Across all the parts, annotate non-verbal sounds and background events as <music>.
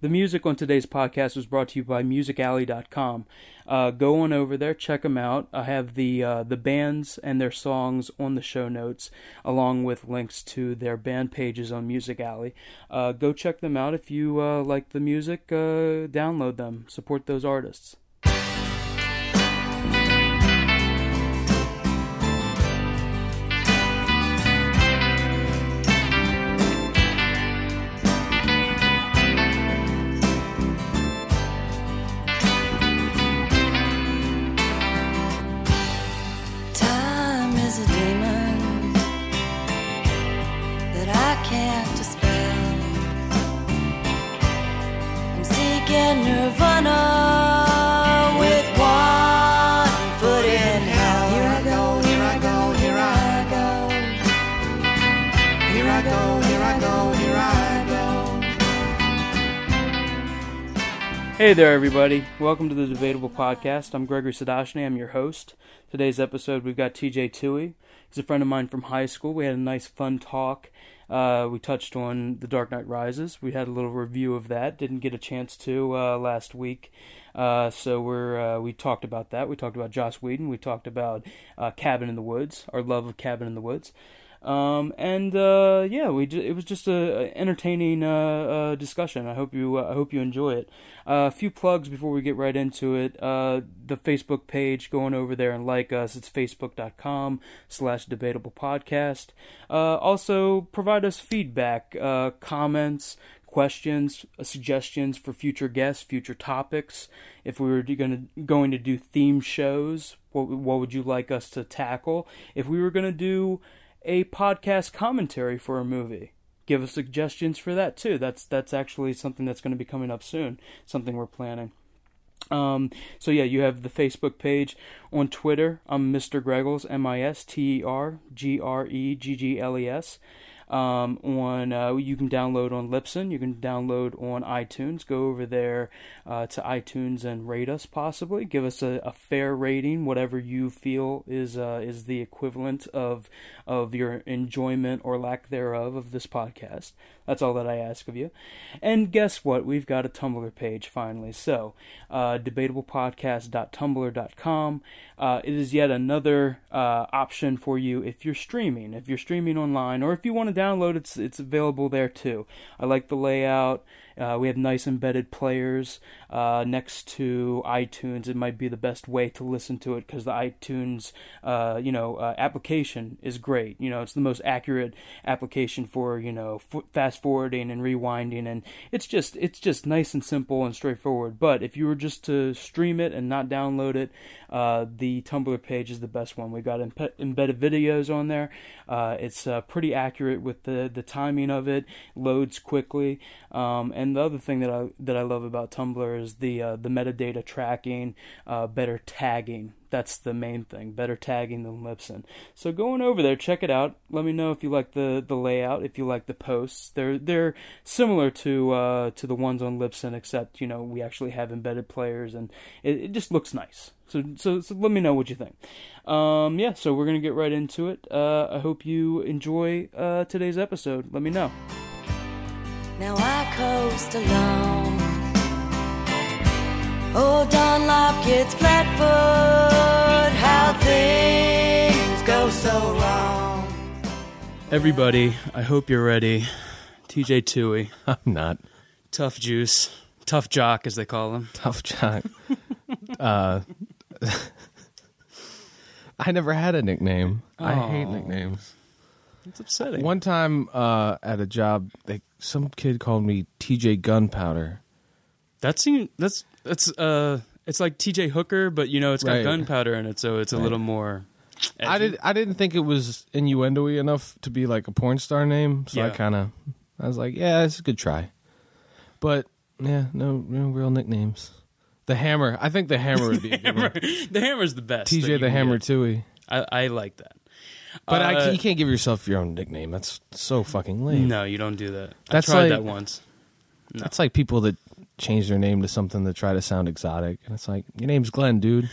The music on today's podcast was brought to you by MusicAlley.com. Uh, go on over there, check them out. I have the uh, the bands and their songs on the show notes, along with links to their band pages on Music Alley. Uh, go check them out if you uh, like the music. Uh, download them. Support those artists. Time is a demon that I can't dispel. I'm seeking nirvana with one foot in hell. Here I go, here I go, here I go. Here I go, here I go, here I go. Hey there, everybody. Welcome to the Debatable Podcast. I'm Gregory Sadashny. I'm your host. Today's episode, we've got TJ Tui. He's a friend of mine from high school. We had a nice, fun talk. Uh, we touched on The Dark Knight Rises. We had a little review of that. Didn't get a chance to uh, last week. Uh, so we're uh, we talked about that. We talked about Joss Whedon. We talked about uh, Cabin in the Woods, our love of Cabin in the Woods. Um, and uh, yeah, we ju- it was just a, a entertaining uh, uh, discussion. I hope you uh, I hope you enjoy it. Uh, a few plugs before we get right into it. Uh, the Facebook page, going over there and like us. It's facebook.com slash debatable podcast. Uh, also provide us feedback, uh, comments, questions, uh, suggestions for future guests, future topics. If we were going to going to do theme shows, what what would you like us to tackle? If we were going to do a podcast commentary for a movie. Give us suggestions for that too. That's that's actually something that's going to be coming up soon. Something we're planning. Um, so yeah, you have the Facebook page on Twitter. I'm Mr. Greggles, E M-I-S-T-E-R-G-R-E-G-G-L-E-S. E Um, on uh, you can download on Lipson. You can download on iTunes. Go over there uh, to iTunes and rate us. Possibly give us a, a fair rating, whatever you feel is uh, is the equivalent of of your enjoyment or lack thereof of this podcast. That's all that I ask of you. And guess what? We've got a Tumblr page finally. So, uh, debatablepodcast.tumblr.com. Uh, it is yet another uh, option for you if you're streaming. If you're streaming online or if you want to download, it's it's available there too. I like the layout. Uh, we have nice embedded players uh, next to iTunes. It might be the best way to listen to it because the iTunes, uh, you know, uh, application is great. You know, it's the most accurate application for you know f- fast forwarding and rewinding, and it's just it's just nice and simple and straightforward. But if you were just to stream it and not download it, uh, the Tumblr page is the best one. We've got embe- embedded videos on there. Uh, it's uh, pretty accurate with the the timing of it. Loads quickly. Um, and the other thing that I that I love about Tumblr is the uh, the metadata tracking, uh, better tagging. That's the main thing. Better tagging than Libsyn. So go on over there, check it out. Let me know if you like the, the layout, if you like the posts. They're they're similar to uh, to the ones on Libsyn, except you know we actually have embedded players, and it, it just looks nice. So, so so let me know what you think. Um, yeah, so we're gonna get right into it. Uh, I hope you enjoy uh, today's episode. Let me know. Now I coast alone. Oh, Dunlop gets flatfoot. How things go so wrong. Everybody, I hope you're ready. TJ Tui, <laughs> I'm not tough juice, tough jock as they call him. <laughs> tough jock. uh, <laughs> I never had a nickname. I hate nicknames. It's upsetting. One time uh, at a job, they, some kid called me TJ Gunpowder. That seems that's that's uh it's like TJ Hooker, but you know it's got Right. gunpowder in it, so it's a little more. I did. I didn't think it was innuendo enough to be like a porn star name, so I Yeah. kind of. I was like, yeah, it's a good try, but yeah, no, no real nicknames. The hammer. I think the hammer would <laughs> be a good one. the hammer's the best. that you TJ the can Hammer get. Tui. I, I like that. But I Uh, can't, you can't give yourself your own nickname. That's so fucking lame. No, you don't do that. That's I tried like- that once. That's like people that change their name to something to try to sound exotic. And it's like, your name's Glenn, dude.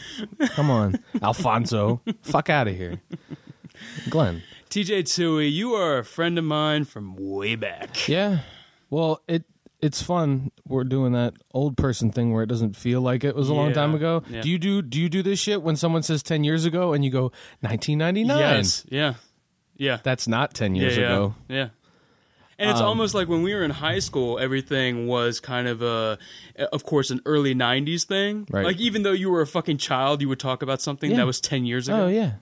<laughs> Come on. Alfonso. Fuck out of here. Glenn. TJ Tui, you are a friend of mine from way back. Yeah. Well, it it's fun. We're doing that old person thing where it doesn't feel like it was a long Yeah, time ago. yeah. Do you do do you do this shit when someone says ten years ago and you go nineteen ninety nine? Yes. Yeah. Yeah. That's not ten years yeah, ago. Um, Yeah. yeah. And it's almost like when we were in high school, everything was kind of a, of course, an early '90s thing. Right. Like even though you were a fucking child, you would talk about something Yeah. that was ten years ago. Oh yeah.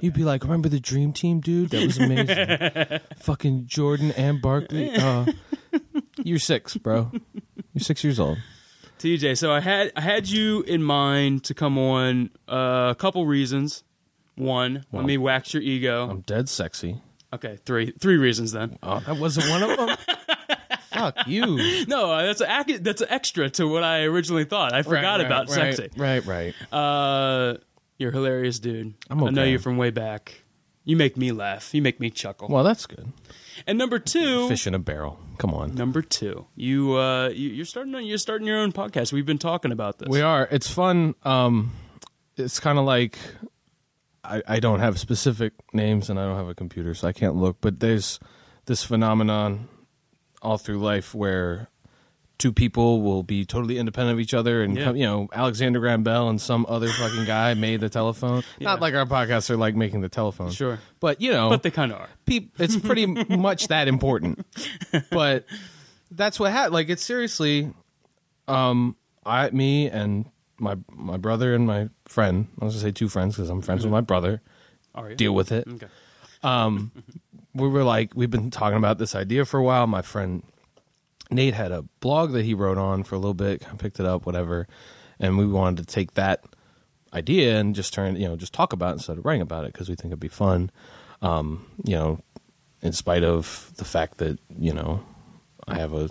You'd be like, remember the Dream Team, dude? That was amazing. <laughs> Fucking Jordan and Barkley. Uh, you're six, bro. You're six years old. TJ, so I had I had you in mind to come on uh, a couple reasons. One, let me wax your ego. I'm dead sexy. okay, three three reasons then. Oh, that wasn't one of them. Fuck you. No, uh, that's a, ac- that's an extra to what I originally thought. I forgot about sexy. Right, right. Uh, you're a hilarious, dude. I'm I know okay. you from way back. You make me laugh. You make me chuckle. Well, that's good. and number two, Fish in a barrel. Come on. number two, you uh, you, you're starting you're starting your own podcast. We've been talking about this. We are. It's fun. Um, it's kind of like I, I don't have specific names and I don't have a computer, so I can't look. But there's this phenomenon all through life where two people will be totally independent of each other, and Yeah. come, you know Alexander Graham Bell and some other fucking guy made the telephone. Not like our podcasts are like making the telephone, Sure. but you know, but they kind of are. peop- it's pretty much that important. But that's what happened. Like it's seriously, um, I, me, and my my brother and my friend. I was gonna say two friends because I'm friends with my brother. Are you? Deal with it. Okay. We were like, we've been talking about this idea for a while. My friend Nate had a blog that he wrote on for a little bit. I picked it up, whatever, and we wanted to take that idea and just turn, you know, just talk about it instead of writing about it because we think it'd be fun. Um, you know, in spite of the fact that you know I have a,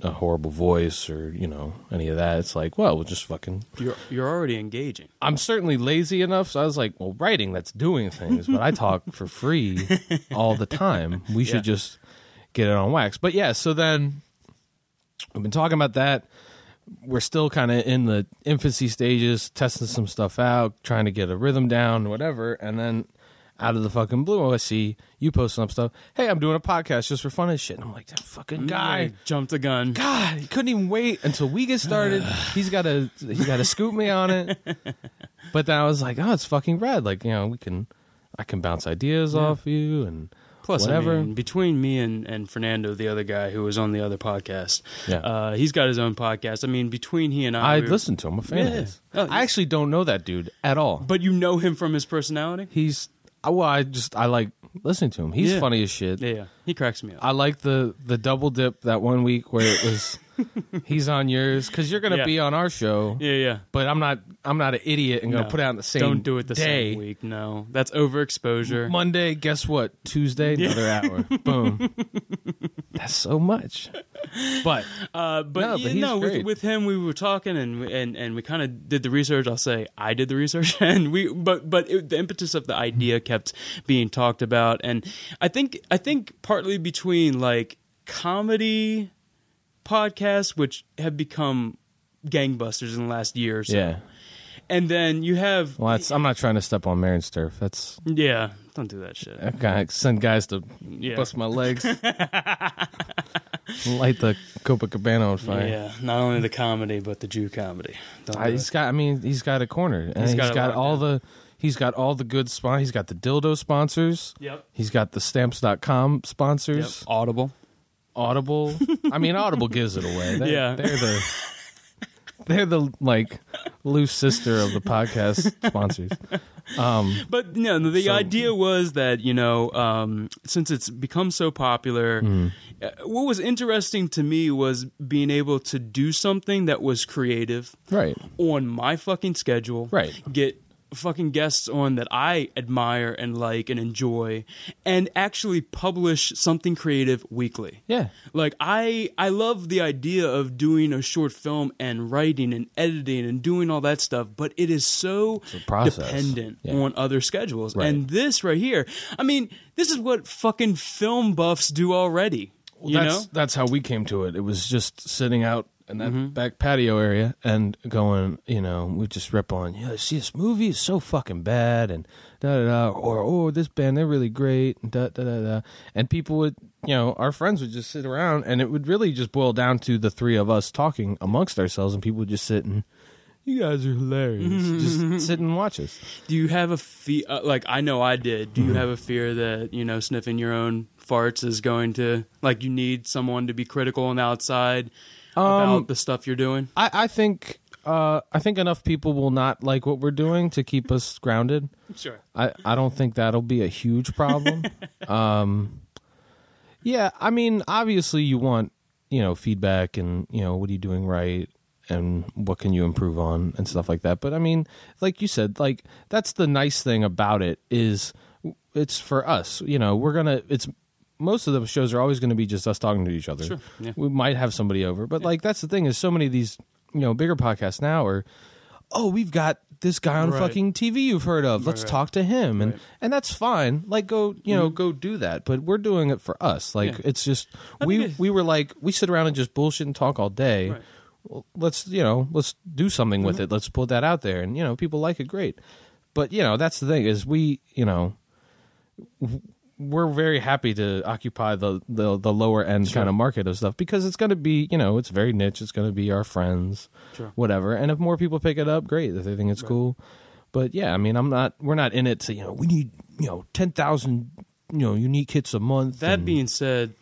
a horrible voice or you know any of that, it's like, well, we'll just fucking You're you're already engaging. I'm certainly lazy enough, so I was like, well, writing, that's doing things, but I talk for free all the time. We Yeah. should just get it on wax. But yeah, so then we've been talking about that. We're still kind of in the infancy stages, testing some stuff out, trying to get a rhythm down, whatever. And then out of the fucking blue, I see you posting up stuff. Hey, I'm doing a podcast just for fun and shit. And I'm like, that fucking guy. I jumped the gun. God, he couldn't even wait until we <sighs> get started. he's got to he's got to scoop me on it. <laughs> But then I was like, oh, it's fucking rad. Like you know, we can I can bounce ideas off you and Plus, whatever. I mean, between me and, and Fernando, the other guy who was on the other podcast, Yeah. uh, he's got his own podcast. I mean, between he and I, I we- listened to him. I'm a fan. of Yeah. his. Oh, I actually don't know that dude at all. But but you know him from his personality. he's I- well, I just I like listening to him. He's Yeah. funny as shit. Yeah, yeah, he cracks me up. I like the the double dip that one week where it <laughs> was he's on yours because you're gonna Yeah. be on our show. yeah, yeah. But I'm not. I'm not an idiot and gonna No, put it out in the same. Don't do it the day. same week. No, that's overexposure. Monday, guess what? Tuesday, another hour. <laughs> Boom. That's so much. But Uh, but No, no, but he's no with, great. with him we were talking and and and we kind of did the research. I'll say I did the research, <laughs> and we but but it, the impetus of the idea kept being talked about, and I think I think partly between like comedy podcasts, which have become gangbusters in the last year or so, yeah, and then you have well, that's, I'm not trying to step on Marin's turf. That's yeah, don't do that shit. I gotta send guys to Yeah. bust <laughs> my legs, light the Copacabana on fire. Yeah, not only the comedy but the Jew comedy. Don't do I, it. he's got. I mean, he's got a corner, and He's he's got got, it locked all down. the. He's got all the good spon. He's got the dildo sponsors. Yep. He's got the stamps.com Yep. sponsors. Audible. Audible. I mean, Audible gives it away. They, Yeah. they're the they're the like loose sister of the podcast sponsors. Um, But no, the So- idea was that you know, um, since it's become so popular, Hmm. uh what was interesting to me was being able to do something that was creative right, on my fucking schedule. Right. Get fucking guests on that I admire and like and enjoy, and actually publish something creative weekly. yeah, Like I I love the idea of doing a short film and writing and editing and doing all that stuff, but it is so a process. dependent Yeah. on other schedules. Right. And this right here, I mean, this is what fucking film buffs do already. you that's know? that's how we came to it. It was just sitting out in that Mm-hmm. back patio area and going, you know, we just rip on, yeah, see this movie is so fucking bad and da da da, or oh this band they're really great and da da da da, and people would you know, our friends would just sit around and it would really just boil down to the three of us talking amongst ourselves and people would just sit and you guys are hilarious. Mm-hmm. just sit and watch us. Do you have a fear? Uh, like I know I did. Mm-hmm. Do you have a fear that you know sniffing your own farts is going to like you need someone to be critical on the outside Um, about the stuff you're doing? I, I think uh, I think enough people will not like what we're doing to keep us grounded. Sure. I, I don't think that'll be a <laughs> huge problem. um, yeah, I mean, obviously you want, you know, feedback and, you know, what are you doing right and what can you improve on and stuff like that. But I mean, like you said, like that's the nice thing about it is it's for us, you know, we're going to it's most of the shows are always going to be just us talking to each other. Sure, yeah. We might have somebody over, but like that's the thing is so many of these, you know, bigger podcasts now are oh, we've got this guy on Right. fucking TV you've heard of. Let's right. Mm-hmm. talk to him, and and that's fine. Like go, you know, go do that. But we're doing it for us. Like Yeah. it's just we it- we were like we sit around and just bullshit and talk all day. Right. Mm-hmm. Well, Let's you know let's do something with it. Let's put that out there, and you know people like it. Great, but you know that's the thing is we you know we're very happy to occupy the the, the lower end kind of market of stuff because it's going to be you know it's very niche it's going to be our friends Sure. whatever and if more people pick it up great if they think it's cool but yeah i mean i'm not we're not in it to you know we need you know 10,000 you know unique hits a month That and- being said,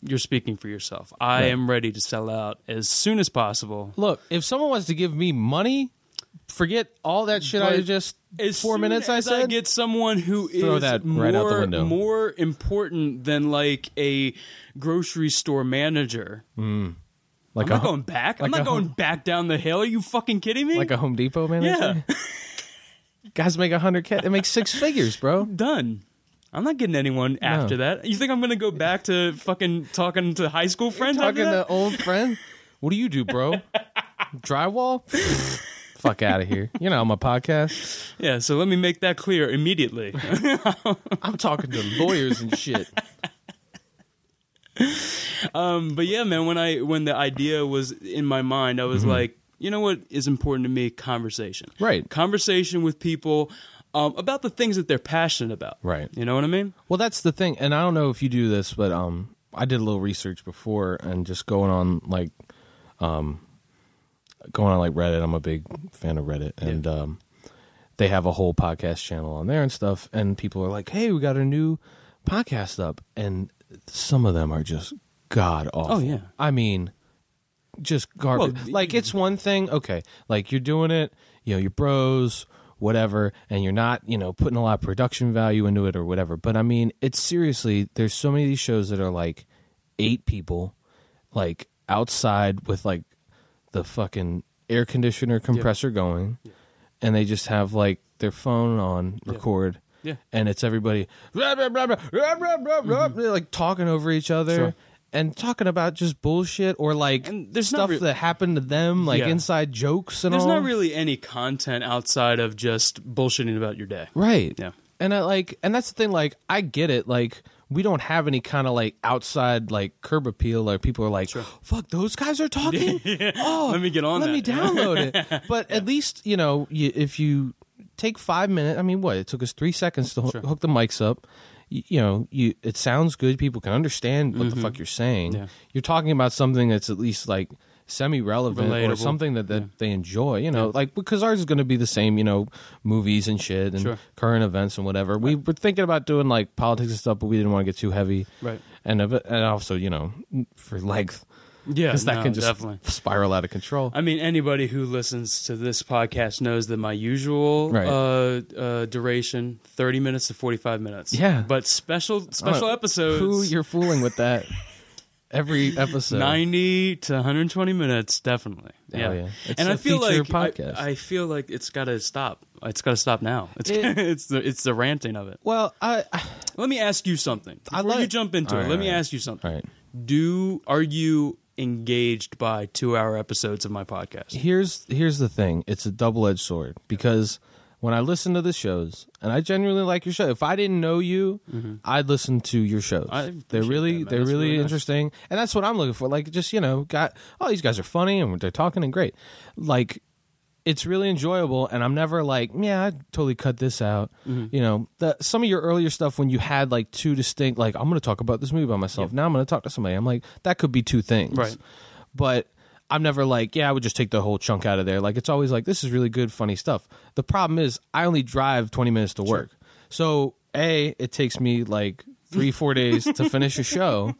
you're speaking for yourself. I Right. am ready to sell out as soon as possible. look if someone wants to give me money forget all that shit i But just As 4 soon minutes i as said get someone who is Throw that more, right out the window. more important than like a grocery store manager. like I'm not a going back. I'm like not a- going <laughs> back down the hill. Are you fucking kidding me? <laughs> like a home depot manager <laughs> guys make 100k they make <laughs> six figures bro done. I'm not getting anyone after that. You think I'm gonna go back to fucking talking to high school friends? talking after to that? old friend. What do you do, bro? Drywall? <laughs> Fuck out of here. You know, I'm a podcast. yeah. So let me make that clear <laughs> immediately. I'm talking to lawyers and shit. Um, but yeah, man, when I when the idea was in my mind, I was like, you know what is important to me? Conversation, Mm-hmm. Right. Conversation with people um, about the things that they're passionate about, Right. You know what I mean? Well, that's the thing, and I don't know if you do this, but um, I did a little research before, and just going on like, um, going on like Reddit. I'm a big fan of Reddit, and um, they have a whole podcast channel on there and stuff. And people are like, "Hey, we got a new podcast up," and some of them are just god awful. Oh, yeah. I mean, just garbage. Well, like it's one thing, okay, like you're doing it, you know, you're bros, whatever, and you're not, you know, putting a lot of production value into it or whatever. But I mean, it's seriously, there's so many of these shows that are like eight people, like outside with like the fucking air conditioner compressor going, and they just have like their phone on record. Yeah. Mm-hmm. And it's everybody blah, blah, blah, blah, blah, blah, blah, blah, they're, like talking over each other Sure. and talking about just bullshit or like And there's not stuff real- that happened to them, like Yeah. inside jokes and There's all. not really any content outside of just bullshitting about your day, right. Yeah. And I like, and that's the thing. Like, I get it. Like, we don't have any kind of like outside like curb appeal. Like, people are like, "Fuck, those guys <laughs> are talking." Oh, Let me get on Let that, <laughs> me you know? download it. But at least you know you, if you take five minutes. I mean, what it took us three seconds to ho- hook the mics up. You, you know, you it sounds good. People can understand what the fuck you're saying. Mm-hmm. Yeah. You're talking about something that's at least like semi relevant or Relatable. something that, that they enjoy. You know, like because ours is going to be the same. You know, movies and shit and Sure. current events and whatever. We were thinking about doing like politics and stuff, but we didn't want to get too heavy. Right. And a bit- and also you know for length. Yeah, Because that no, can just definitely. spiral out of control. I mean, anybody who listens to this podcast knows that my usual Right. uh, uh, duration thirty minutes to forty five minutes. Yeah. but special special Uh, episodes. Who you're fooling with that? <laughs> Every episode. 90 to 120 minutes definitely uh, Hell yeah, yeah. It's and a i feel feature like podcast. I, I feel like it's got to stop it's got to stop now it's <laughs> It- it's the it's the ranting of it Well, I, I let me ask you something I before like- you jump into All it right, let me all right. ask you something all right. do are you engaged by 2 hour episodes of my podcast Here's here's the thing. It's a double edged sword because when I listen to the shows, and I genuinely like your show. If I didn't know you, I'd listen to your shows. Mm-hmm. I appreciate they're really that, man. they're That's really, really nice. interesting, and that's what I'm looking for. Like just you know, got oh these guys are funny and they're talking and great. Like it's really enjoyable and i'm never like yeah i totally cut this out Mm-hmm. you know the, some of your earlier stuff when you had like two distinct like i'm going to talk about this movie by myself now i'm going to talk to somebody i'm like that could be two things Right. but i'm never like yeah i would just take the whole chunk out of there like it's always like this is really good funny stuff the problem is i only drive 20 minutes to work so a it takes me like three four days to finish a show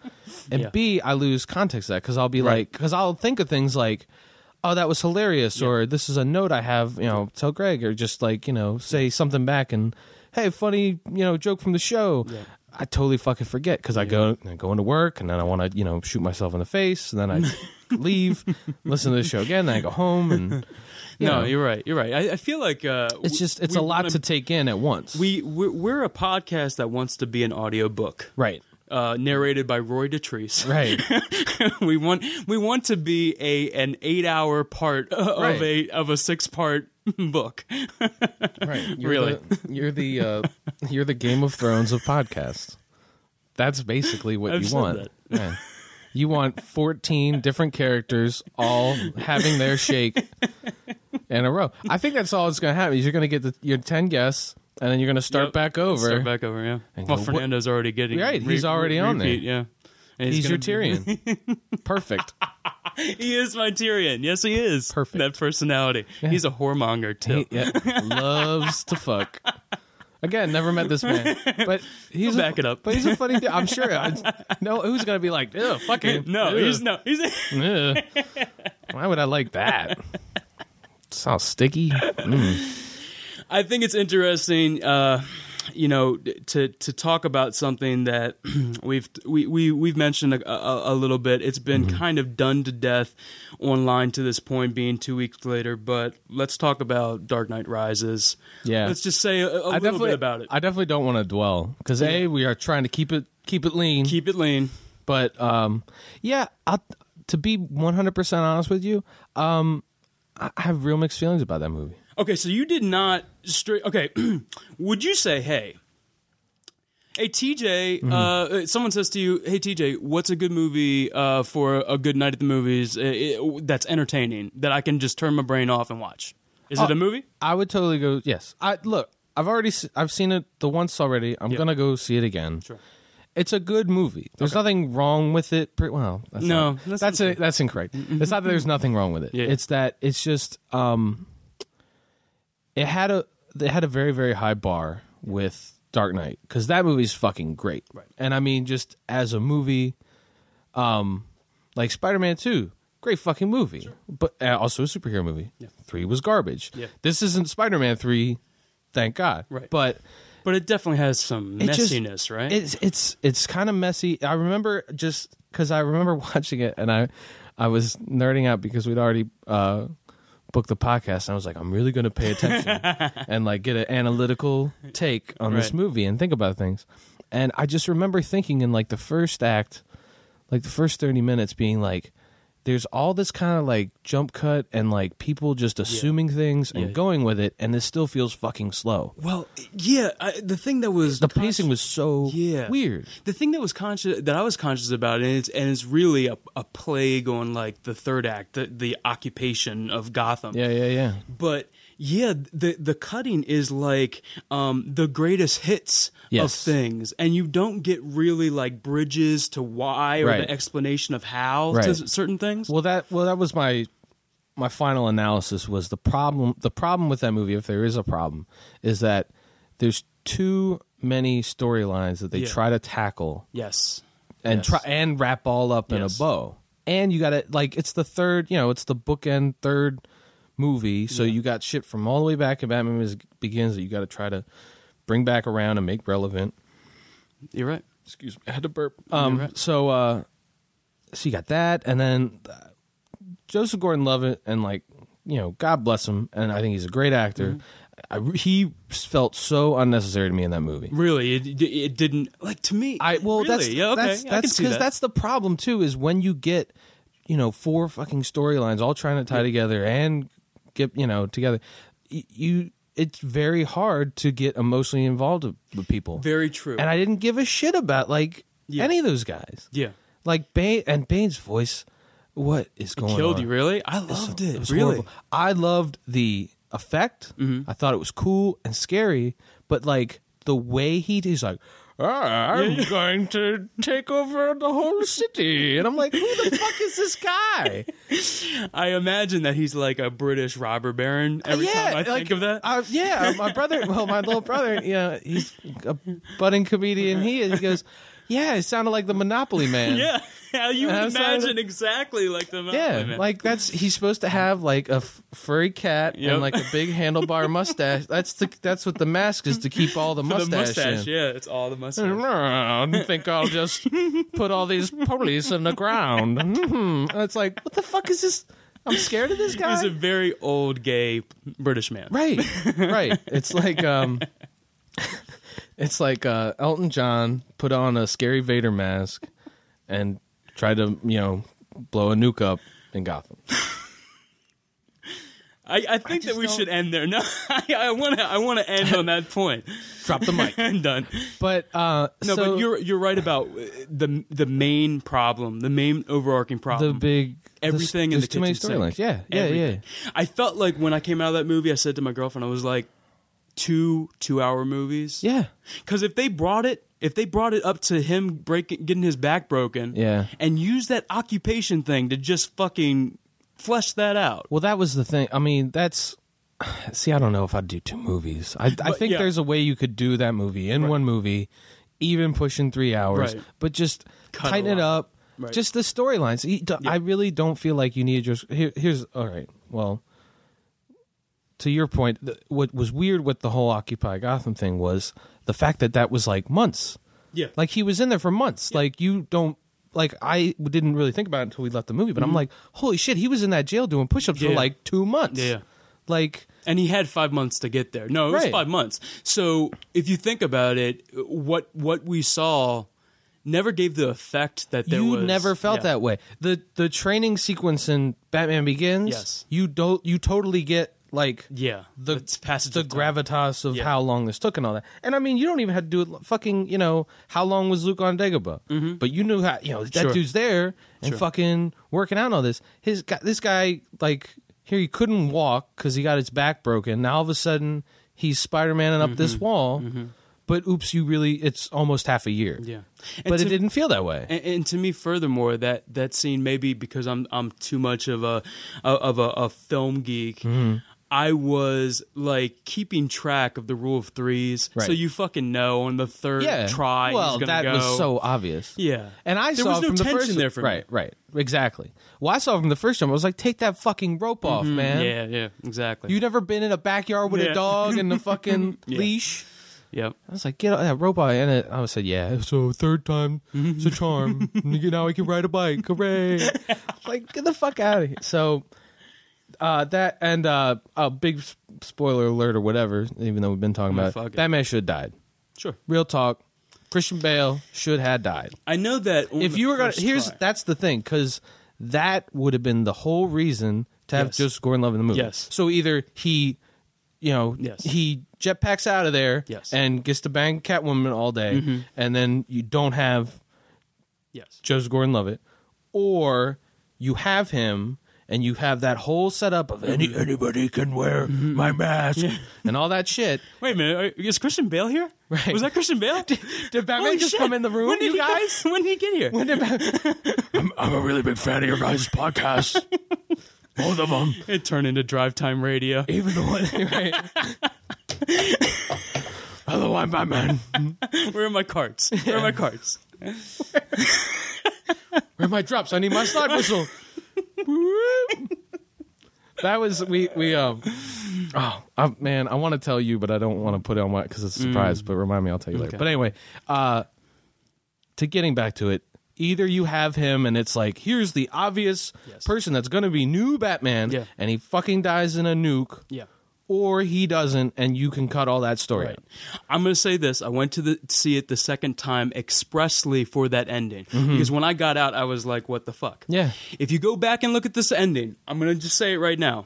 and Yeah. b i lose context to that because i'll be like because i'll think of things like oh that was hilarious or this is a note i have you know tell greg or just like you know say something back and hey funny you know joke from the show i totally fucking forget because i go I go into work and then i want to you know shoot myself in the face and <laughs> then i leave listen to the show again then i go home and you no, know, you're right. You're right. I, I feel like uh, it's just it's a lot to take in at once We we're, we're a podcast that wants to be an audiobook. right Uh, narrated by Roy Detrice. <laughs> right we want we want to be a an eight hour part <laughs> of Right. a of a six part <laughs> book. Right. <laughs> You're Really. The, you're the uh, you're the Game of Thrones of podcasts. That's basically what I've you said want. that. Yeah. You want 14 different characters all having their shake in a row. I think that's all that's going to happen. Is you're going to get the, your 10 guests and then you're going to start Yep. back over. Start back over, yeah. And well, go, what- Fernando's already getting Right, he's already on there. repeat, Yeah, And He's, your gonna be- Tyrion. <laughs> Perfect. He is my Tyrion. Yes, he is. Perfect. That personality. He's a whoremonger too. He yeah, loves to fuck. Again, never met this man, but He'll he's a- back it up. But he's a funny. dude. <laughs> I'm sure. I, no, who's gonna be like, "Ugh, fucking no, ugh." he's no. He's <laughs> Ugh. Why would I like that? Sounds sticky. I think it's interesting, uh, you know, to to talk about something that <clears throat> we've we, we we've mentioned a, a, a little bit. It's been Mm-hmm. kind of done to death online to this point, being two weeks later. But let's talk about Dark Knight Rises. Yeah. let's just say a, a I little definitely bit about it. I definitely don't want to dwell because a we are trying to keep it keep it lean. Keep it lean. but um, yeah, I'll, to be one hundred percent honest with you, um, I I have real mixed feelings about that movie. Okay, so you did not straight. Okay, <clears throat> would you say, hey, hey TJ? Uh, someone says to you, hey TJ, what's a good movie uh, for a good night at the movies uh, it- that's entertaining that I can just turn my brain off and watch? Is it a movie? I would totally go. Yes. I look. I've already. se- I've seen it the once already. I'm gonna go see it again. Sure. It's a good movie. There's nothing wrong with it. per- Well, that's No, not- that's that's that's, a, that's incorrect. It's not that there's nothing wrong with it. Yeah. It's that it's just um, it had a it had a very very high bar with Dark Knight because that movie's fucking great. Right. And I mean, just as a movie, um, like Spider Man Two, great fucking movie, but uh, also a superhero movie. Three was garbage. Yeah. This isn't Spider Man Three, thank God. Right. but But it definitely has some it just- messiness, right? It's it's it's kind of messy. I remember just because I remember <laughs> watching it and I I was nerding out because we'd already uh, booked the podcast and I was like, I'm really going to pay <laughs> attention and like get an analytical take on this Right. movie and think about things. And I just remember thinking in like the first act, like the first thirty minutes, being like. There's all this kind of like jump cut and like people just assuming things and Yeah. going with it, and this still feels fucking slow. well, yeah. I, the thing that was The pacing was so yeah weird. the thing that was conscious that i was conscious about and it's and it's really a, a plague on like the third act the, the occupation of gotham Yeah, yeah, yeah. but yeah the the cutting is like um the greatest hits Yes. of things and you don't get really like bridges to why or Right. the explanation of how Right. to s- certain things Well, that well, that was my my final analysis was the problem. The problem with that movie, if there is a problem, is that there's too many storylines that they Yeah. try to tackle yes and Yes. try and wrap all up in a Yes. bow. And you got to like it's the third, you know, it's the bookend third movie, so you got shit from all the way back in Batman Begins- Begins that you got to try to bring back around and make relevant. you're right Excuse me, I had to burp. Um, You're right. so, uh, so you got that, and then uh, Joseph Gordon-Levitt, and like you know, God bless him, and I think he's a great actor. Mm-hmm. I re he felt so unnecessary to me in that movie. really it, it didn't like to me I well, really, that's yeah, okay that's I can that's see because that. that's the problem too. Is when you get you know four fucking storylines all trying to tie together and get you know together, y- you it's very hard to get emotionally involved with people. very true and I didn't give a shit about like Yeah. any of those guys yeah like Bane and Bane's voice what is going Killed on? you, really? I loved it. It was really? Mm-hmm. horrible. I loved the effect. I thought it was cool and scary, but like the way he he's like, "Ah, I'm going to take over the whole city, and I'm like, who the fuck is this guy? I imagine that he's like a British robber baron <laughs> every time I Uh, like, think of that. I- yeah, <laughs> my brother, well, my little brother, you know, he's a budding comedian. He is. He goes, yeah, it sounded like the Monopoly <laughs> Man. yeah. How you would I was like- imagine exactly like the Yeah, Monopoly Man. like that's he's supposed to have like a f- furry cat Yep. and like a big handlebar mustache. That's the that's what the mask is to keep all the For the mustache, mustache, in. yeah, it's all the mustache. <laughs> I think I'll just put all these police in the ground. Mhm. And it's like, what the fuck is this? I'm scared of this guy. He's a very old gay British man. Right, <laughs> right. It's like um, <laughs> it's like uh, Elton John put on a scary Vader mask and tried to you know blow a nuke up in Gotham. I, I think that just we don't- should end there. No, <laughs> I want to. I want to end on that point. <laughs> Drop the mic. And done. But uh, No, so but you're you're right about uh, the the main problem, the main overarching the problem. big everything in there's, the there's too many kitchen sink. storylines. Yeah, yeah, Everything. I felt like when I came out of that movie, I said to my girlfriend, I was like, two two hour movies. yeah, yeah. Because if they brought it, if they brought it up to him breaking, getting his back broken, Yeah. and use that occupation thing to just fucking flesh that out. Well, that was the thing. I mean, that's see, I don't know if I'd do two movies. I, I think yeah. there's a way you could do that movie in one movie, even pushing three hours, Right. but just Cut a tighten it lot. up. Right. Just the storylines. You don't- I really don't feel like you need just here, here's all right. Well, to your point, th- what was weird with the whole Occupy Gotham thing was the fact that that was like months. Yeah. Like he was in there for months. Like you don't like I didn't really think about it until we left the movie, but I'm like, holy shit, he was in that jail doing push-ups for Mm-hmm. Yeah. like 2 months. Yeah. Like and he had five months to get there. No, it was Right. five months. So if you think about it, what what we saw never gave the effect that there you was. never felt yeah. that way. The the training sequence in Batman Begins, Yes. you don't you totally get like Yeah, the it's passage the of time. gravitas of Yeah. how long this took and all that. And I mean, you don't even have to do it. l- Fucking, you know, how long was Luke on Dagobah? But you knew how you know that Mm-hmm. Sure. dude's there and fucking working out and all this. His guy, this guy, like here, he couldn't walk because he got his back broken. Now all of a sudden, he's Spider Maning up Mm-hmm. this wall. But oops, you really, it's almost half a year. Yeah, And but it to- didn't feel that way. And, and to me, furthermore, that that scene maybe because I'm I'm too much of a of a, a film geek. Mm-hmm. I was like keeping track of the rule of threes, so Right. you fucking know on the third yeah. try. Well, he's gonna that go. was so obvious. Yeah. And I There saw was no from the tension first there for me. right, right, exactly. Well, I saw from the first time. I was like, take that fucking rope off, man. Mm-hmm. Yeah, yeah, exactly. You never been in a backyard with Yeah. a dog <laughs> and a fucking Yeah. leash. yep. I was like, get out that rope out. And it, I was said, yeah. So third time, it's Mm-hmm. a <laughs> charm. Nigga, now I can ride a bike. Hooray! like, get the fuck out of here. So uh, that and uh, a big s- spoiler alert or whatever. Even though we've been talking Yeah, about fuck it, it. Batman should have died. Sure. Real talk. Christian Bale should have died I know that on if the you were gonna first here's try- that's the thing because that would have been the whole reason to have Yes. Joseph Gordon-Levitt in the movie. Yes. So either he, you know, Yes. he jetpacks out of there Yes. and gets to bang Catwoman all day, and then you don't have yes, Joseph Gordon-Levitt, or you have him. And you have that whole setup of any anybody can wear my mask and all that shit. Wait a minute, are- is Christian Bale here? Right. Was that Christian <laughs> Bale? did Batman just come in the room, When did you he- guys? <laughs> when did he get here? <laughs> I'm a really big fan of your guys' <laughs> podcast. Both of them. it turned into drive time <laughs> radio. Even the one, <laughs> right? Hello, I'm Batman. Where are my carts? Where are my carts? Where are my drops? I need my slide whistle. that was we we um. Oh, I, man, I want to tell you, but I don't want to put it on my because it's a surprise. But remind me, I'll tell you later. Mm. Okay. But anyway, uh, to getting back to it, either you have him, and it's like here's the obvious Yes. person that's going to be new Batman, Yeah. and he fucking dies in a nuke, Yeah. or he doesn't, and you can cut all that story. out. I'm going to say this. I went to the, see it the second time expressly for that ending because when I got out, I was like, "What the fuck?" Mm-hmm. Yeah. If you go back and look at this ending, I'm going to just say it right now.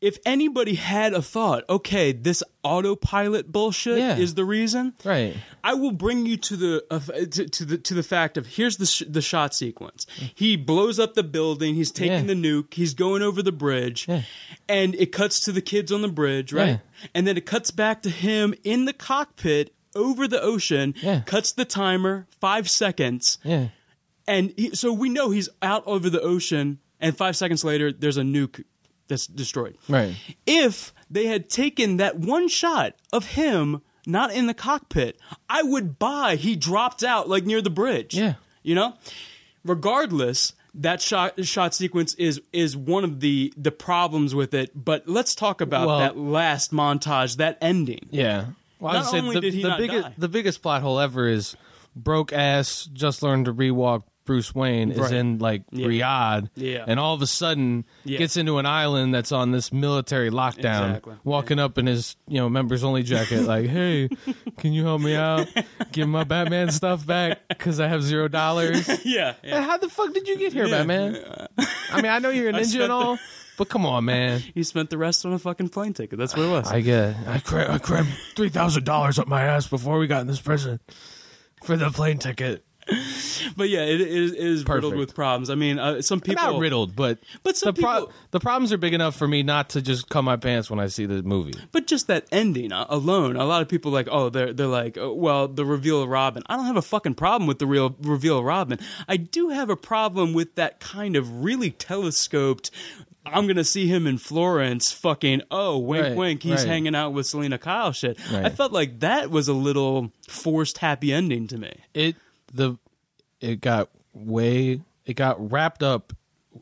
if anybody had a thought, okay, this autopilot bullshit Yeah. is the reason. Right. I will bring you to the uh, to, to the to the fact of here's the sh- the shot sequence. He blows up the building. He's taking Mm. Yeah. the nuke. He's going over the bridge, Yeah. and it cuts to the kids on the bridge, right? And then it cuts back to him in the cockpit over the ocean. Yeah. Cuts the timer five seconds, Yeah. and he, so we know he's out over the ocean. And five seconds later, there's a nuke that's destroyed Right. if they had taken that one shot of him not in the cockpit, I would buy he dropped out like near the bridge. Yeah. You know? Regardless, that shot shot sequence is is one of the the problems with it, but let's talk about Well- that last montage, that ending. Yeah. Well, Not only did he not biggest die. the biggest plot hole ever is broke ass just learned to rewalk Bruce Wayne is Right. in like Riyadh, Yeah. and all of a sudden Yeah. gets into an island that's on this military lockdown, Exactly. walking up in his you know members only jacket, like <laughs> hey, can you help me out? Give my Batman stuff back because I have zero dollars. Yeah. <laughs> yeah. How the fuck did you get here, Batman? I mean, I know <laughs> you're a ninja spent and all, but come on, man. He spent the rest on a fucking plane ticket. That's what it was. I get. I, cra- I crammed three thousand dollars up my ass before we got in this prison for the plane ticket. but yeah, it, it is, it is riddled Perfect. with problems. I mean, uh, some people Not riddled, but But some the, pro- people- the problems are big enough for me not to just cut my pants when I see the movie. But just that ending uh, alone, a lot of people like, oh, they're they're like, oh, well, the reveal of Robin. I don't have a fucking problem with the real reveal of Robin. I do have a problem with that kind of really telescoped. I'm gonna see him in Florence. Fucking oh, wink, Right, wink. He's right. hanging out with Selena Kyle. Shit. I Right. felt like that was a little forced happy ending to me. It the it got way it got wrapped up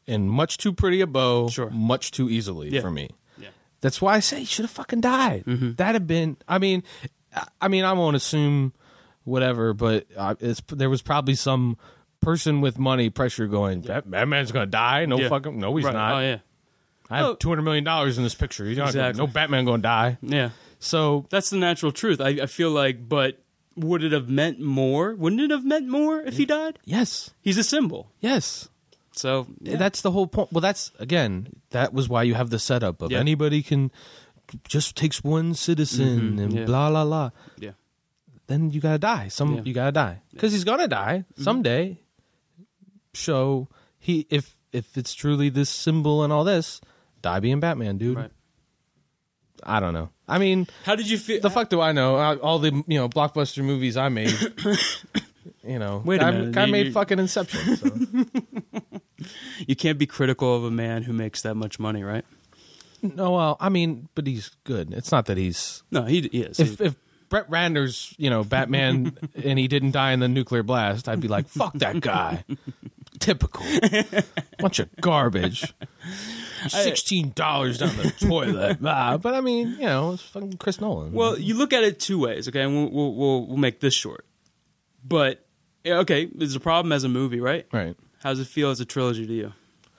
in much too pretty a bow, Sure. much too easily Yeah. for me. Yeah. That's why I say he should have fucking died. Mm-hmm. That'd have been. I mean, I- I mean, I won't assume whatever, but uh, it's there was probably some person with money pressure going. That, that man's gonna die. No Yeah. fucking. No, he's Right. not. Oh yeah. I have Oh. two hundred million dollars in this picture. He's not gonna- Exactly. no Batman gonna die. Yeah. So That's the natural truth. I, I feel like, but would it have meant more? Wouldn't it have meant more if he died? yes, He's a symbol. yes. So yeah. That's the whole point. Well, that's again. That was why you have the setup of Yeah. anybody can just takes one citizen and Mm-hmm. Yeah. blah blah blah. yeah. then you gotta die. Some Yeah. Mm-hmm. you gotta die because he's gonna die someday. So he, if if it's truly this symbol and all this, die being Batman, dude. Right. I don't know. I mean, How did you feel? the fuck do I know? I, all the you know blockbuster movies <coughs> I made. you know, Wait a I, minute, I you- made you- fucking Inception. <laughs> So. You can't be critical of a man who makes that much money, right? no, well, I mean, but he's good. It's not that he's No, he, he is. if if Brett Rander's you know Batman and he didn't die in the nuclear blast, I'd be like, fuck that guy. Typical bunch of garbage. Sixteen dollars down the toilet. Blah. But I mean, you know, it's fucking Chris Nolan. well, you look at it two ways, okay? And we'll, we'll, we'll, we'll make this short. But, yeah, okay, there's a problem as a movie, right? right. How does it feel as a trilogy to you?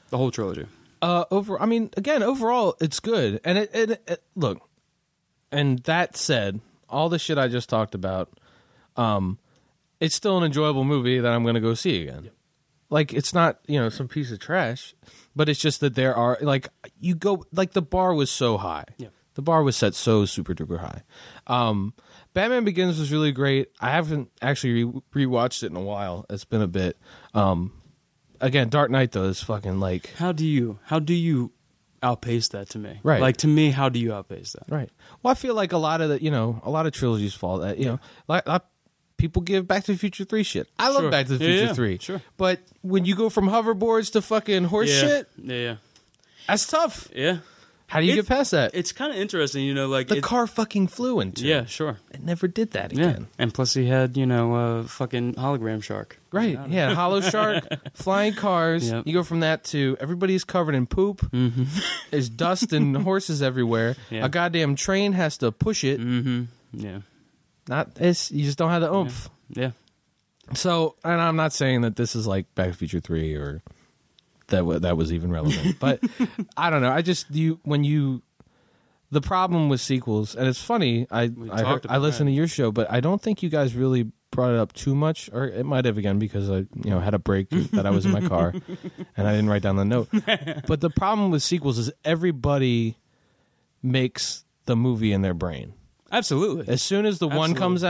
The whole trilogy. uh over i mean again overall it's good and it, it, it look and that said all the shit i just talked about um it's still an enjoyable movie that i'm gonna go see again like it's not you know some piece of trash but it's just that there are like you go like the bar was so high Yeah. the bar was set so super duper high um batman begins was really great i haven't actually re- rewatched it in a while it's been a bit um again dark knight though is fucking like How do you, how do you outpace that to me? Right. Like, to me, how do you outpace that? Right. Well, I feel like a lot of the, you know, a lot of trilogies fall that, you know, like, a lot people give Back to the Future 3 shit. I love Sure. Back to the Yeah, Future yeah, 3. sure. But when you go from hoverboards to fucking horse yeah. shit, Yeah, yeah. that's tough. Yeah. How do you It's- get past that? It's kind of interesting, you know, like. The it- car fucking flew into. it. Yeah, sure. It never did that Yeah. again. And plus, he had, you know, uh, fucking hologram shark. Right. Yeah. <laughs> Hollow shark, flying cars. Yep. Mm-hmm. You go from that to everybody's covered in poop. <laughs> There's dust and horses everywhere. Yeah. Mm. A goddamn train has to push it. Yeah. Not it's you just don't have the oomph. Yeah. So, and I'm not saying that this is like Back to the Future Three or that wa that was even relevant, <laughs> but I don't know. I just you when you the problem with sequels, and it's funny. I I, talked heard, about I listened to your show, but I don't think you guys really brought it up too much, or it might have again because I you know had <laughs> a break that I was in my car and I didn't write down the note. but the problem with sequels is everybody makes the movie in their brain. Absolutely. As soon as the one Absolutely. Mm-hmm. comes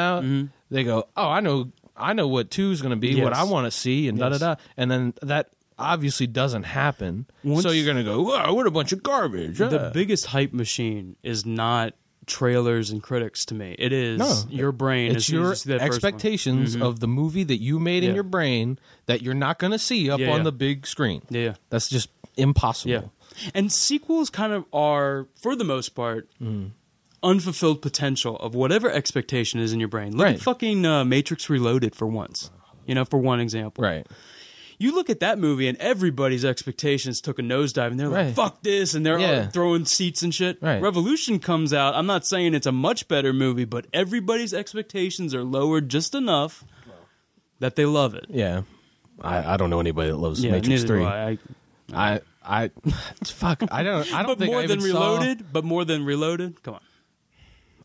out, they go, "Oh, I know, I know what two is going to be, what Yes. I want to see, and da da da." And then that obviously doesn't happen. Once- so you're going to go, "Whoa, what a bunch of garbage!" the uh." biggest hype machine is not trailers and critics to me. It is No. your brain. as it's soon as your you see that first one. Mm-hmm. expectations of the movie that you made in Yeah. your brain that you're not going to see up Yeah, on yeah. the big screen. Yeah, yeah. That's just impossible. Yeah. And sequels kind of are, for the most part, Mm. unfulfilled potential of whatever expectation is in your brain. Look Right. at fucking uh, Matrix Reloaded for once. You know, for one example. Right. You look at that movie and everybody's expectations took a nosedive and they're Right. like, fuck this. And they're Yeah. all throwing seats and shit. Right. Revolution comes out. I'm not saying it's a much better movie, but everybody's expectations are lowered just enough that they love it. Yeah. I, I don't know anybody that loves Matrix neither do Three. I. I- I I <laughs> fuck. I don't. I don't but think more I than even saw- Reloaded, but more than Reloaded. Come on.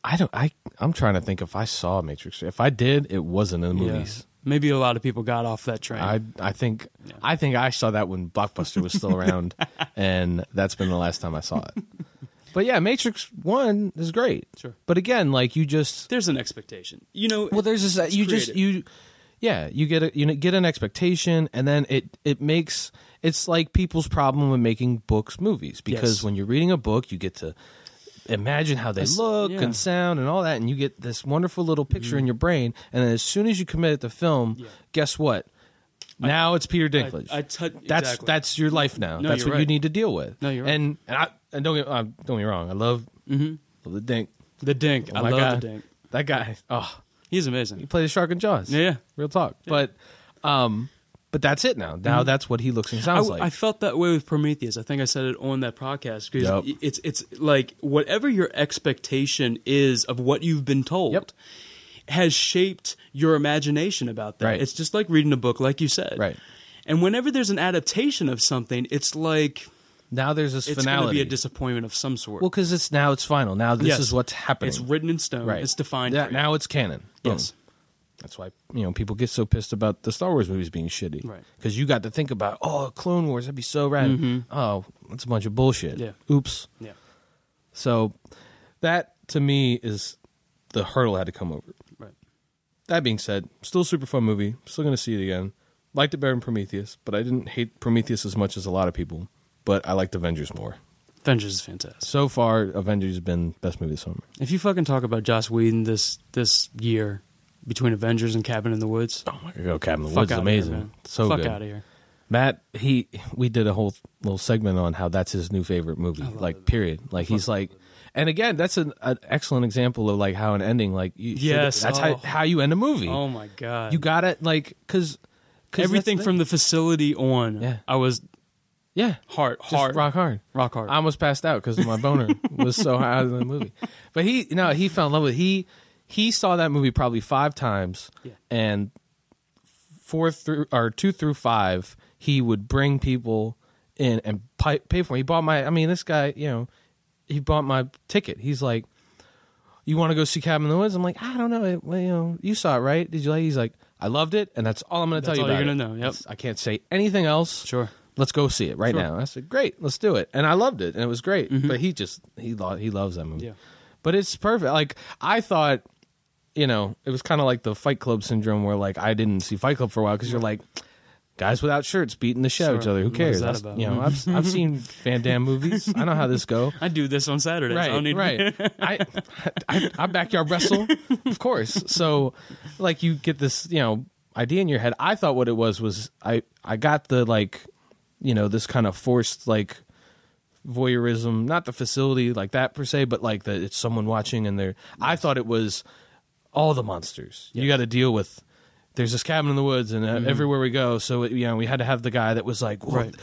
I don't. I I'm trying to think if I saw Matrix. If I did, it wasn't in the movies. Maybe a lot of people got off that train. I I think I think I saw that when Blockbuster was still around, and that's been the last time I saw it. But yeah, Matrix One is great. Sure. But again, like you just there's an expectation. You know, well, there's this uh, it's you just creative. you yeah you get a you get an expectation, and then it it makes it's like people's problem with making books movies because Yes. when you're reading a book, you get to imagine how they That's- look yeah. Mm-hmm. and sound and all that, and you get this wonderful little picture in your brain, and then as soon as you commit it to film, guess what? Now it's Peter Dinklage. I tou- that's exactly. that's your life now. No, that's you're what you right. need to deal with. No, you're right. and and I and don't get uh, don't get me wrong. I love love the Dink. the Dink. Oh I my love God. the Dink. That guy. Oh, He's he amazing. played the shark in Jaws. Yeah. Mm-hmm. real talk. But, um, but that's it now. Now that's what he looks and I, sounds like. I felt that way with Prometheus. I think I said it on that podcast because Yep. i- it's it's like whatever your expectation is of what you've been told Yep. has shaped your imagination about that. Right. It's just like reading a book, like you said. Right. And whenever there's an adaptation of something, it's like now there's this it's going to finality. be a disappointment of some sort. well, because it's now it's final. Now this Yes. is what's happening. It's written in stone. right. It's defined. Yeah, for you. now it's canon. Boom. Yes. That's why you know people get so pissed about the Star Wars movies being shitty, Right. Because you got to think about oh, Clone Wars that'd be so rad. Oh, that's a bunch of bullshit. Mm-hmm. Yeah. Oops. Yeah. So that to me is the hurdle I had to come over. Right. That being said, still a super fun movie. Still going to see it again. Liked it better than Prometheus, but I didn't hate Prometheus as much as a lot of people. But I liked Avengers more. Avengers is fantastic. So far, Avengers has been best movie of the summer. If you fucking talk about Joss Whedon this this year between Avengers and Cabin in the Woods, Oh my god, Cabin in the fuck Woods is outta amazing. Here, man. so fuck good. out of here. Matt, he we did a whole little segment on how that's his new favorite movie. Like, period. Like he's like, and again, that's an, an excellent example of like how an ending, like you, should- Yes, that's oh. how how you end a movie. Oh my god! you got it, like because everything from the facility on. Yeah. I was yeah heart Just hard rock hard. rock hard. I almost passed out because <laughs> my boner was so high in the movie. But he, no, he fell in love with he. He saw that movie probably five times, Yeah. and four through or two through five, he would bring people in and pay, pay for. It. He bought my. I mean, this guy, you know, he bought my ticket. He's like, "You want to go see Cabin in the Woods?" I'm like, "I don't know. It, well, you know, you saw it, right? Did you like?" it?" He's like, "I loved it, and that's all I'm going to tell That's you all you're about gonna know, it. yep. That's- I can't say anything else. Sure. Let's go see it right Sure. Mm-hmm. now. I said, "Great, let's do it." And I loved it, and it was great. But he just he lo- he loves that movie. Yeah. But it's perfect. Like I thought, you know, it was kind of like the Fight Club syndrome, where like I didn't see Fight Club for a while because you're like, guys without shirts beating the shit out of each Sure. other. Who What is cares? that That's- about? You know, I've I've seen Van Damme movies. I know how this go. I do this on Saturdays. I don't need Right, right. I, <laughs> I, I backyard wrestle, of course. So, like, you get this, you know, idea in your head. I thought what it was was I, I got the like, you know, this kind of forced like voyeurism, not the facility like that per se, but like that it's someone watching and they're. I thought it was all the monsters. You got to deal with. There's this cabin in the woods, and uh, everywhere we go, so you know we had to have the guy that was like, well, Mm-hmm. Right.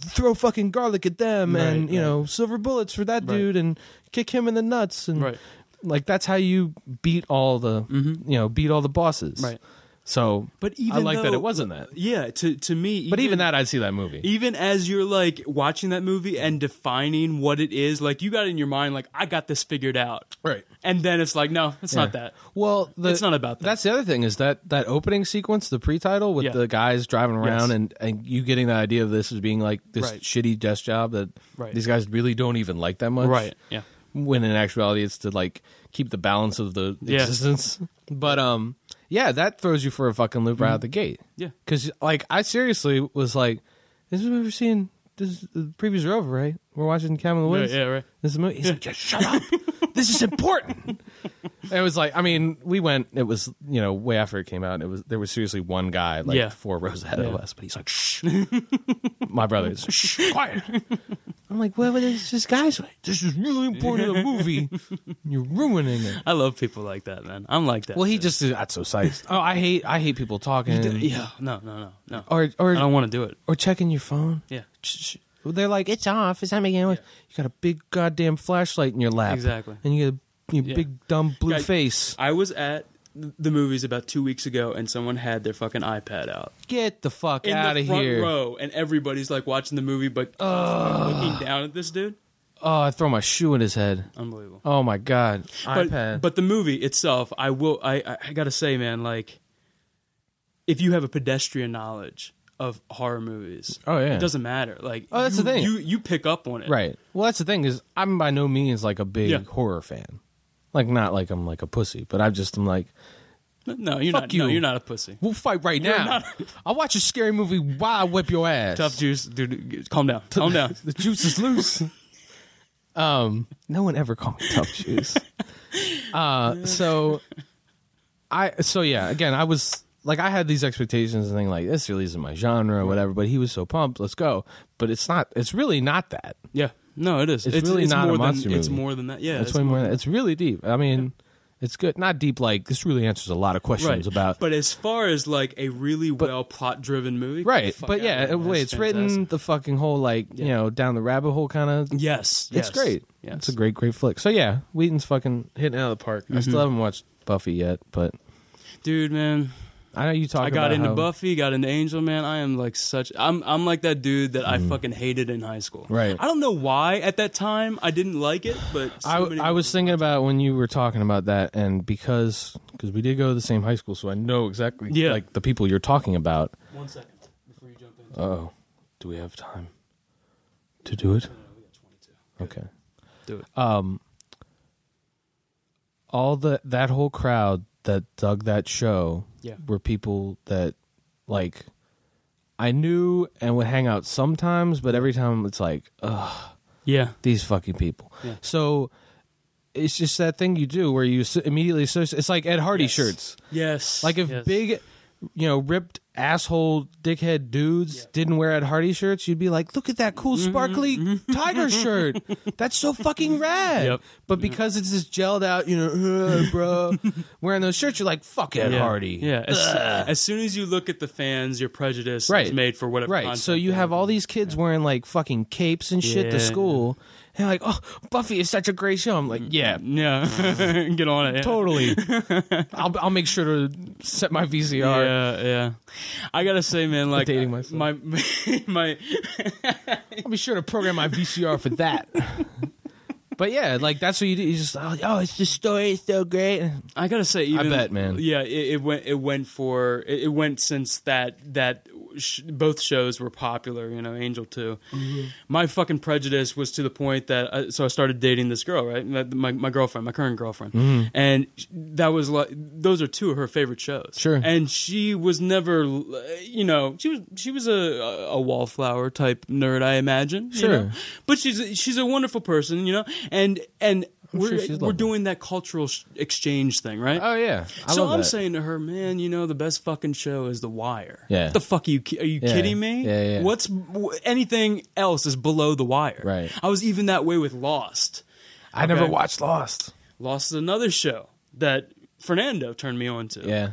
throw fucking garlic at them, and Right, you right. know silver bullets for that dude, and kick him in the nuts, and Right. Mm-hmm. like that's how you beat all the you know beat all the bosses. Right. So, But even I like that though- e- it wasn't that. <laughs> Yeah. To to me, But even that, I'd see that movie. even as you're like watching that movie and defining what it is, like you got in your mind, like I got this figured out, Right. And then it's like, no, it's not Yeah. that. Well, the, It's not about that. That's the other thing is that that opening sequence, the pre-title with Yeah. the guys driving around Yes. and and you getting the idea of this as being like this Right. shitty desk job that Right. these guys really don't even like that much. Right. Yeah. when in actuality it's to like keep the balance of the Yeah. existence. <laughs> But um, yeah, that throws you for a fucking loop right out the gate. Mm-hmm. Yeah. because like I seriously was like, this is what we're seeing. This is, the previews are over, right? We're watching Cabin in the Yeah, Woods. yeah, right. This is a movie. He's like, just <laughs> shut up. this is important. And it was like, I mean, we went. It was you know way after it came out. It was there was seriously one guy like Yeah. four rows ahead of us, but he's like, shh. My brother is shh, <laughs> quiet. I'm like, well, but it's just guys. like, This is really important to the <laughs> movie. You're ruining it. I love people like that, man. I'm like that. Well, he too. just is not so psyched. Oh, I hate I hate people talking yeah. No, no, no, no. or I or don't want to do it. or checking your phone. Yeah. Shh, shh. They're like, it's off. It's not making noise. You got a big goddamn flashlight in your lap. Exactly. And you get a you Yeah. big dumb blue Yeah. face. I was at the movies about two weeks ago, and someone had their fucking iPad out Get the fuck in out the of front here. row, and everybody's like watching the movie, but looking down at this dude. Oh, I throw my shoe in his head. Unbelievable. Oh my god. but, iPad. But the movie itself, I will. I I, I got to say, man, like if you have a pedestrian knowledge of horror movies, Oh, yeah. it doesn't matter. Like, Oh, that's you, the thing. You you pick up on it, Right. Well, that's the thing is I'm by no means like a big Yeah. horror fan. Like not like I'm like a pussy, but I just am like No, you're Fuck not. you. No, you're not a pussy. we'll fight right now. <laughs> I'll watch a scary movie while I whip your ass. Tough juice, dude. Calm down. Calm down. <laughs> the juice is loose. um, no one ever called me tough <laughs> juice. Uh, so I so yeah, again, I was like I had these expectations and thing like this really isn't my genre or whatever, but he was so pumped, let's go. But it's not it's really not that. Yeah. No, it is. It's really not a more monster than, It's movie. more than that. Yeah. it's it's way more it's really deep. I mean, it's good. Not deep like this really answers a lot of questions right. about But as far as like a really well plot driven movie, get the <laughs> Right, fuck but outta yeah, here, the man. way it's written, fantastic. the fucking whole like you know down the rabbit hole kind of Yes, It's yes, great. Yes. It's a great, great flick. So yeah, Wheaton's fucking hitting it out of the park. I Mm-hmm. still haven't watched Buffy yet, but dude, man. I know you talk. I got about into how- Buffy, got into Angel, man. I am like such. I'm I'm like that dude that I fucking hated in high school. Mm-hmm. Right. I don't know why at that time I didn't like it, but so I, many I was thinking about when you were talking about that, and because because we did go to the same high school, so I know exactly Yeah. like the people you're talking about. One second before you jump in. Oh, do we have time to do Uh, it? Okay. Um, Do it. all the that whole crowd that dug that show Yeah. were people that like I knew and would hang out sometimes, but every time it's like, ugh, yeah. these fucking people. Yeah. So it's just that thing you do where you s- immediately associate. It's like Ed Hardy Yes. shirts. Yes. Like if yes. big, you know, ripped asshole dickhead dudes didn't wear Ed Hardy shirts, you'd be like, look at that cool Mm-hmm, sparkly <laughs> tiger shirt. That's so fucking rad. Yep. But because it's this gelled out, you know, <laughs> "Uh, bro, wearing those shirts, you're like, fuck Ed yeah. Hardy. Yeah. As, as soon as you look at the fans, your prejudice Right. is made for whatever. Right. content So you they have all these kids wearing like fucking capes and shit to Yeah. school. And like, oh, Buffy is such a great show. I'm like, <laughs> yeah, Yeah, <laughs> get on it. Mm. yeah. totally. I'll, I'll make sure to set my VCR. Yeah, yeah. I gotta say, man, like Dating myself. my <laughs> my I'll be sure to program my VCR for <laughs> that. but yeah, like that's what you do. You just oh, oh, it's the story is so great. I gotta say, even bet, man. Yeah, it, it went it went for it, it went since that that sh- both shows were popular. You know, Angel 2 My fucking prejudice was to the point that I, so I started dating this girl, right? My my, my girlfriend, my current girlfriend, Mm-hmm. and sh- that was like those are two of her favorite shows. Sure. and she was never, uh, you know, she was she was a a wallflower type nerd, I imagine. you Sure. know? but she's a- she's a wonderful person, you know, and and. I'm We're, sure she's we're lovely. doing that cultural sh- exchange thing, right? Oh yeah, I so love I'm that. saying to her, man, you know the best fucking show is The Wire. Yeah. What the fuck are you ki- are you Yeah. kidding me? Yeah, yeah. What's w- anything else is below The Wire. Right. I was even that way with Lost. I never okay. watched Lost. Lost is another show that Fernando turned me on to. Yeah,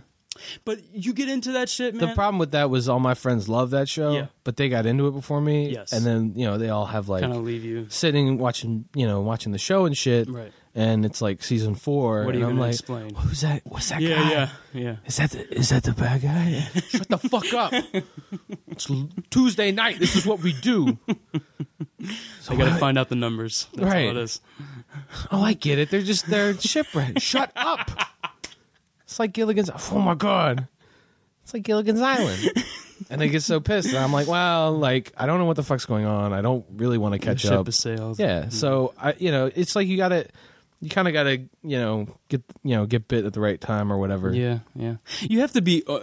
But you get into that shit, man. the problem with that was all my friends love that show, Yeah. but they got into it before me. Yes. and then you know they all have like kind of leave you. sitting and watching, you know, watching the show and shit. Right. And it's like season four. What are and you I'm gonna like, explain? Who's that? What's that Yeah, guy? yeah, yeah. Is that the, is that the bad guy? Shut the fuck up. It's l- Tuesday night. This is what we do. So I gotta find out the numbers. That's Right. all it is. Oh, I get it. They're just they're shipwrecked. Shut up. It's like Gilligan's. Oh my god. It's like Gilligan's Island. and they get so pissed. And I'm like, well, like I don't know what the fuck's going on. I don't really want to catch ship up. has sailed. Yeah. So I, you know, it's like you gotta, you kind of gotta, you know, get, you know, get bit at the right time or whatever. Yeah, yeah. You have to be uh,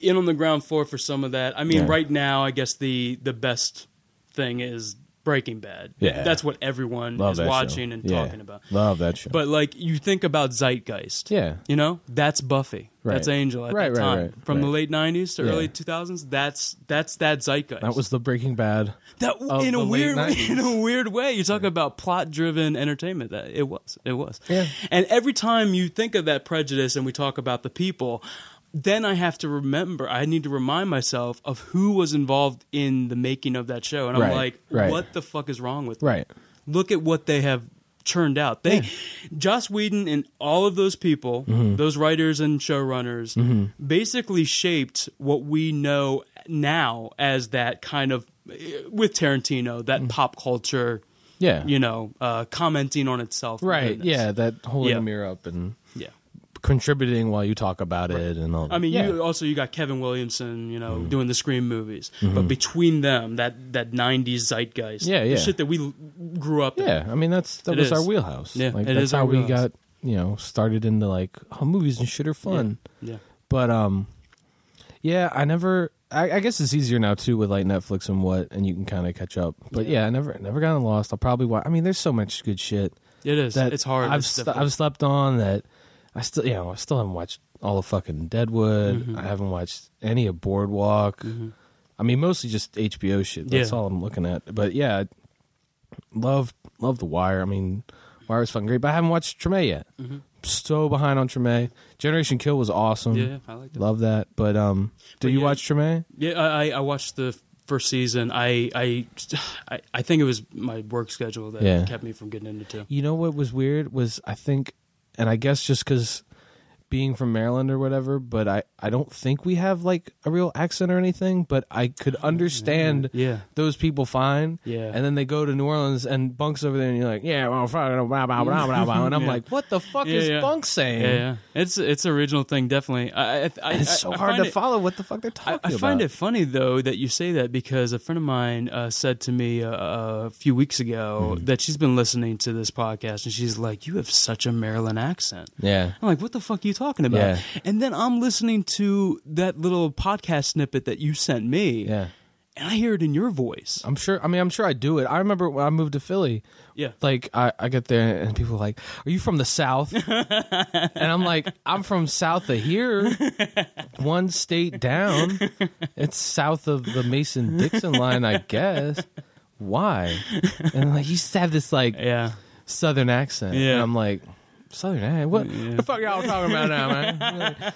in on the ground floor for some of that. I mean, Yeah. right now, I guess the the best thing is Breaking Bad. Yeah. that's what everyone Love is that show. watching and Yeah. talking about. Love that show. But like, you think about Zeitgeist. Yeah. you know that's Buffy. That's Right. Angel at Right, that right, time right, from the right. late '90s to Yeah. early 2000s. That's that's that Zeitgeist. that was the Breaking Bad. That of in a the late weird way, 90s. in a weird way, you talk about plot-driven entertainment. That it was, it was. Yeah. And every time you think of that prejudice, and we talk about the people, then I have to remember. I need to remind myself of who was involved in the making of that show, and I'm Right, like, right. what the fuck is wrong with me? Right. Look at what they have churned out. They, Joss Whedon, and all of those people, Mm-hmm. those writers and showrunners, basically shaped what we know now as that kind of with Tarantino, that pop culture, Mm-hmm. Yeah. you know, uh, commenting on itself. right. within this. Yeah. That holding Yeah. the mirror up and yeah. contributing while you talk about it and all. I mean, yeah. Mm-hmm. you also you got Kevin Williamson, you know, doing the Scream movies, but between them, that that '90s zeitgeist, Yeah, the yeah. shit that we l- grew up in. Yeah, I mean that's that It was our is. wheelhouse. Yeah, like, it that's is how our we wheelhouse. got you know started into like oh, movies and shit are fun. yeah, But um, yeah, I never. I, I guess it's easier now too with like Netflix and what, and you can kind of catch up. But yeah, I never never gotten lost. I'll probably watch. I mean, there's so much good shit it is. that it's hard. I've It's st- difficult. I've slept on that. I still you know I still haven't watched all of fucking Deadwood. Mm-hmm. I haven't watched any of Boardwalk. I mean, mostly just HBO shit. That's Yeah. all I'm looking at. But yeah, I love love The Wire. I mean, Wire was fucking great, but I haven't watched Treme yet. Mm-hmm. So behind on Treme. Generation Kill was awesome. Yeah, I liked it. Love that. But um, did But you yeah. watch Treme? Yeah, I, I- I watched the first season. I, I, I- I think it was my work schedule that Yeah. kept me from getting into two. You know what was weird was I think, and I guess just because being from Maryland or whatever, but I I don't think we have like a real accent or anything, but I could understand Mm-hmm. Yeah. those people fine. Yeah. and then they go to New Orleans and Bunk's over there, and you're like, yeah, well, fuck, blah blah blah blah blah, and <laughs> I'm Yeah. like, what the fuck Yeah, is yeah. Bunk saying? Yeah, yeah, it's it's an original thing, definitely. I, I, I And It's so I- I hard find to it- follow what the fuck they're I, talking I about. find it funny though that you say that because a friend of mine uh, said to me uh, a few weeks ago Hmm. that she's been listening to this podcast and she's like, "You have such a Maryland accent." Yeah. I'm like, what the fuck are you talking about? Yeah. And then I'm listening to that little podcast snippet that you sent me, Yeah. Oh. and I hear it in your voice. I'm sure. I mean, I'm sure I do it. I remember when I moved to Philly. Yeah. Like I, I get there and people are like, "Are you from the South?" and I'm like, "I'm from south of here, one state down. It's south of the Mason Dixon line, I guess." Why? And like, you just have this like Yeah. southern accent. Yeah. And I'm like, southern accent? What the fuck y'all talking about now, man?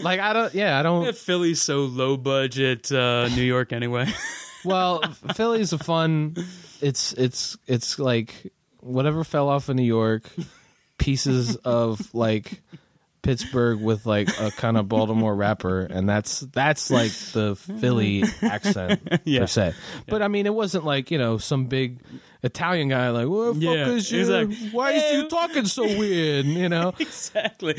like I don't. Yeah, I don't. Yeah, Philly's so low budget, uh, New York anyway. <laughs> well, Philly's a fun. It's it's it's like whatever fell off in New York, pieces of like Pittsburgh with like a kind of Baltimore rapper, and that's that's like the Philly accent <laughs> Yeah. per se. But I mean, it wasn't like you know some big Italian guy like what the Yeah, fuck is you? exactly. Why is you talking so weird? You know. exactly.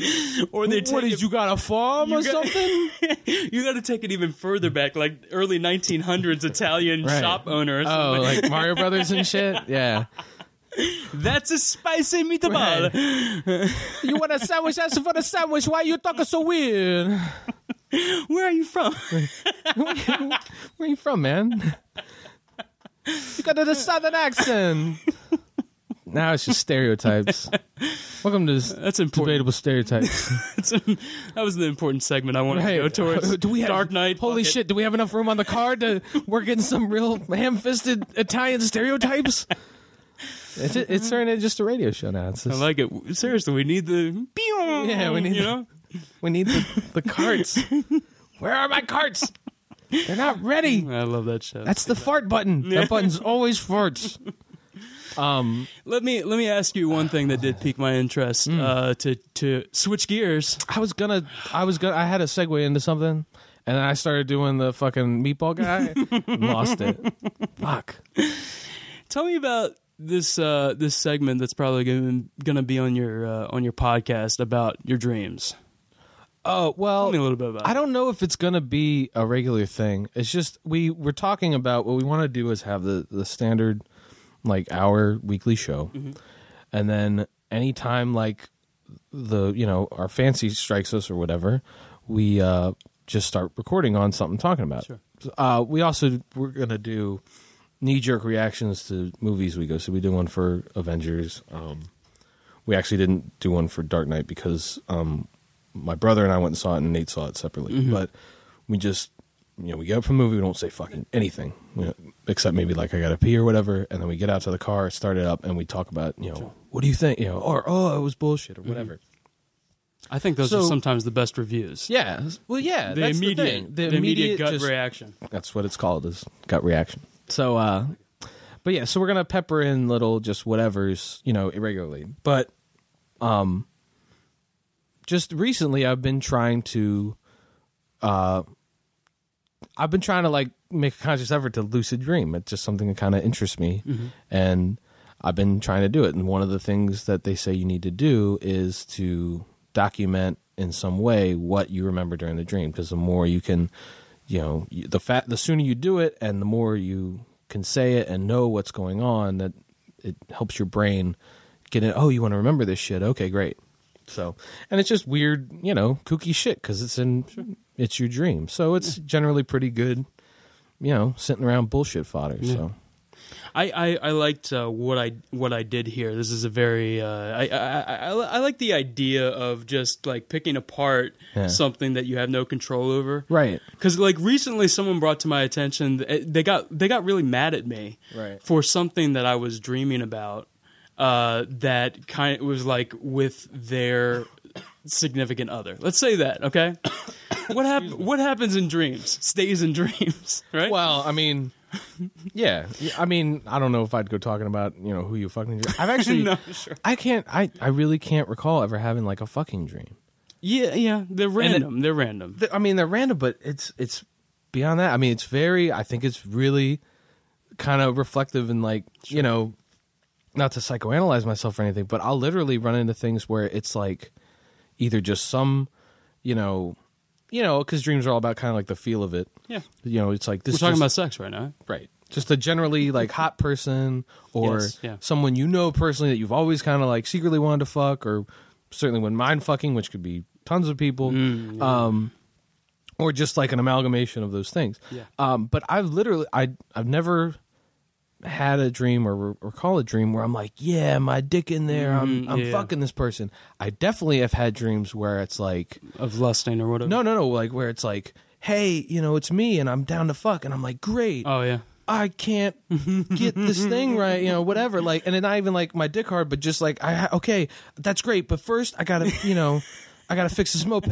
Or <laughs> they take What is it, you got a farm or got- <laughs> something? you got to take it even further back, like early 1900s Italian Right. shop owner. Or Oh, something. like Mario Brothers and shit. Yeah, that's a spicy meatball. you want a sandwich? Ask for the sandwich. Why you talking so weird? <laughs> <laughs> Where are you from? Where are you from, man? You got a southern accent. now it's just stereotypes. Welcome to this That's important. <laughs> debatable stereotypes. That's an- that was the important segment I wanted to go towards. do we have, Dark Knight? Holy fuck it. shit! Do we have enough room on the card to work in some real ham-fisted Italian stereotypes? It's it's turned into just a radio show now. It's I just, like it. Seriously, we need the. Yeah, we need You the- know? we need the, the carts. Where are my carts? They're not ready. I love that show. That's the fart button. That button's always <laughs> farts. Um, Let me let me ask you one thing that did pique my interest. Mm. Uh, to to switch gears. I was gonna, I was gonna, I had a segue into something, and then I started doing the fucking <laughs> meatball guy, and lost it. Fuck. Tell me about this uh, this segment that's probably going to be on your uh, on your podcast about your dreams. Oh well, Tell me a little bit about I it. don't know if it's going to be a regular thing. It's just we we're talking about what we want to do is have the the standard like hour weekly show, Mm-hmm. and then anytime like the you know our fancy strikes us or whatever, we uh, just start recording on something talking about. Sure. Uh, we also we're going to do knee jerk reactions to movies we go. So we did one for Avengers. Um, we actually didn't do one for Dark Knight because um, my brother and I went and saw it, and Nate saw it separately. But we just, you know, we get up from the movie, we don't say fucking anything, you know, except maybe like I got to pee or whatever, and then we get out to the car, start it up, and we talk about, you know, what do you think, you know, or oh, it was bullshit or whatever. I think those So- are sometimes the best reviews. Yeah, well, yeah, the that's immediate, the, thing. the immediate gut just- reaction. That's what it's called is gut reaction. So, uh, but yeah, so we're gonna pepper in little just whatever's you know irregularly, but um, just recently I've been trying to, uh, I've been trying to like make a conscious effort to lucid dream. It's just something that kind of interests me, and I've been trying to do it. And one of the things that they say you need to do is to document in some way what you remember during the dream, because the more you can you know you- the fat the sooner you do it and the more you can say it and know what's going on that it helps your brain get in oh you want to remember this shit okay great so and it's just weird you know kooky shit because it's in it's your dream so it's generally pretty good you know sitting around bullshit fodder so I, I, I liked uh, what I what I did here. This is a very uh, I, I, I, I I like the idea of just like picking apart Yeah. something that you have no control over. right Because like recently, someone brought to my attention th- eh, they got they got really mad at me Right. for something that I was dreaming about. Uh, that kind of was like with their significant other. Let's say that, <coughs> okay? what hap- What happens in dreams stays in <laughs> dreams, right? well i mean yeah i mean i don't know if i'd go talking about you know who you fucking <laughs> i've actually No, sure. i can't i i really can't recall ever having like a fucking dream Yeah, yeah, they're random. they're random. th- I mean, they're random, but it's it's beyond that. I mean, it's very. I think it's really kind of reflective and like you know, not to psychoanalyze myself or anything, but I'll literally run into things where it's like either just some, you know, you know, because dreams are all about kind of like the feel of it. Yeah. You know, it's like this. We're talking just- about sex right now. Right. Just a generally like hot person or Mm-hmm. Yes, yeah. someone you know personally that you've always kind of like secretly wanted to fuck or certainly when mind fucking, which could be tons of people. Mm, Um or just like an amalgamation of those things. Yeah. Um but I've literally I I've never had a dream or re- recall a dream where I'm like, yeah, my dick in there. I'm Mm, I'm yeah. fucking this person. I definitely have had dreams where it's like Of lusting or whatever. no, no, no, like where it's like, hey, you know, it's me and I'm down to fuck and I'm like, great. Oh yeah. I can't get this thing right, you know, whatever. Like, and then not even like my dick hard, but just like, I ha- okay, that's great, but first I gotta, you know, I gotta fix this moped,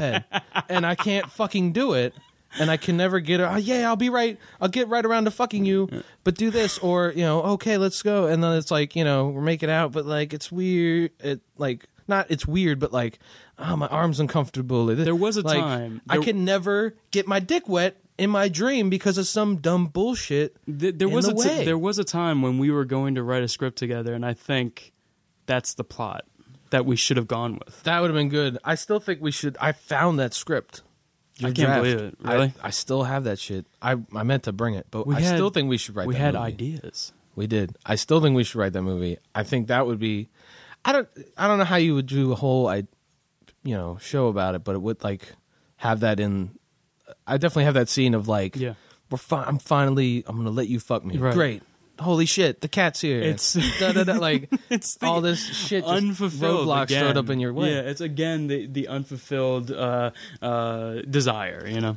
and I can't fucking do it, and I can never get. Oh, yeah, I'll be right. I'll get right around to fucking you, but do this or you know, okay, let's go. And then it's like, you know, we're making out, but like it's weird. It like not it's weird, but like, oh, my arm's uncomfortable. There was a Like, time- I there- can never get my dick wet. In my dream, because of some dumb bullshit Th- there in was the a ti- way. there was a time when we were going to write a script together, and I think that's the plot that we should have gone with. that would have been good. I still think we should. I found that script. I Your can't draft. believe it. Really, I, I still have that shit. I, I meant to bring it, but We I had- still think we should write. we that had movie. ideas. We did. I still think we should write that movie. I think that would be. I don't. I don't know how you would do a whole, I, you know, show about it, but it would like have that in. I definitely have that scene of like, Yeah. we're fine. I'm finally. I'm gonna let you fuck me. Right. Great. Holy shit! The cat's here. It's- da, da, da, like <laughs> It's the all this shit. Just Unfulfilled roadblocks again. thrown up in your way. Yeah, it's again the the unfulfilled uh, uh, desire. You know,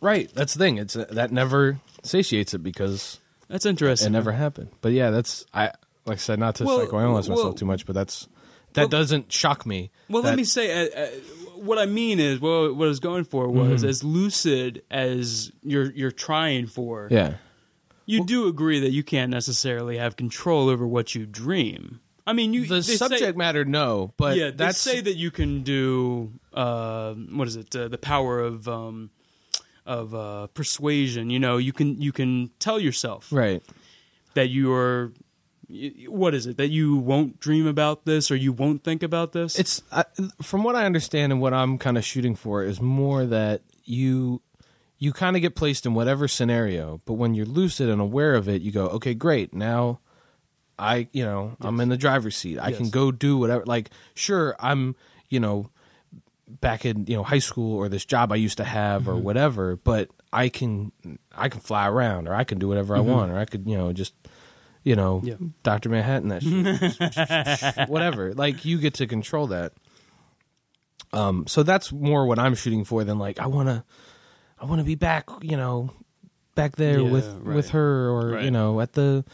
Right. That's the thing. It's uh, that never satiates it because that's it interesting. never happened. But yeah, that's I like I said not to Well, psychoanalyze well- myself too much, but that's that doesn't shock me. Well, that- let me say, uh, uh, what I mean is, well, what I was going for was Mm-hmm. as lucid as you're you're trying for. Yeah. You do agree that you can't necessarily have control over what you dream. I mean, you The they say- subject matter, no, but yeah, that's they say that you can do uh, what is it? Uh, the power of um, of uh, persuasion. You know, you can you can tell yourself right. that you are y- what is it that you won't dream about this or you won't think about this? It's I, from what I understand and what I'm kind of shooting for is more that you you kind of get placed in whatever scenario, but when you're lucid and aware of it, you go, okay, great. Now I, you know, I'm in the driver's seat. I can Yes. go do whatever. Like, sure, I'm, you know, back in you know high school or this job I used to have Mm-hmm. or whatever, but I can I can fly around or I can do whatever I want or I could you know just you know Mm-hmm. Yeah. Doctor Manhattan that <laughs> shit. whatever. Like you get to control that. Um, so that's more what I'm shooting for than like I wanna I wanna be back you know back there Yeah, with right. with her or you Right. know at the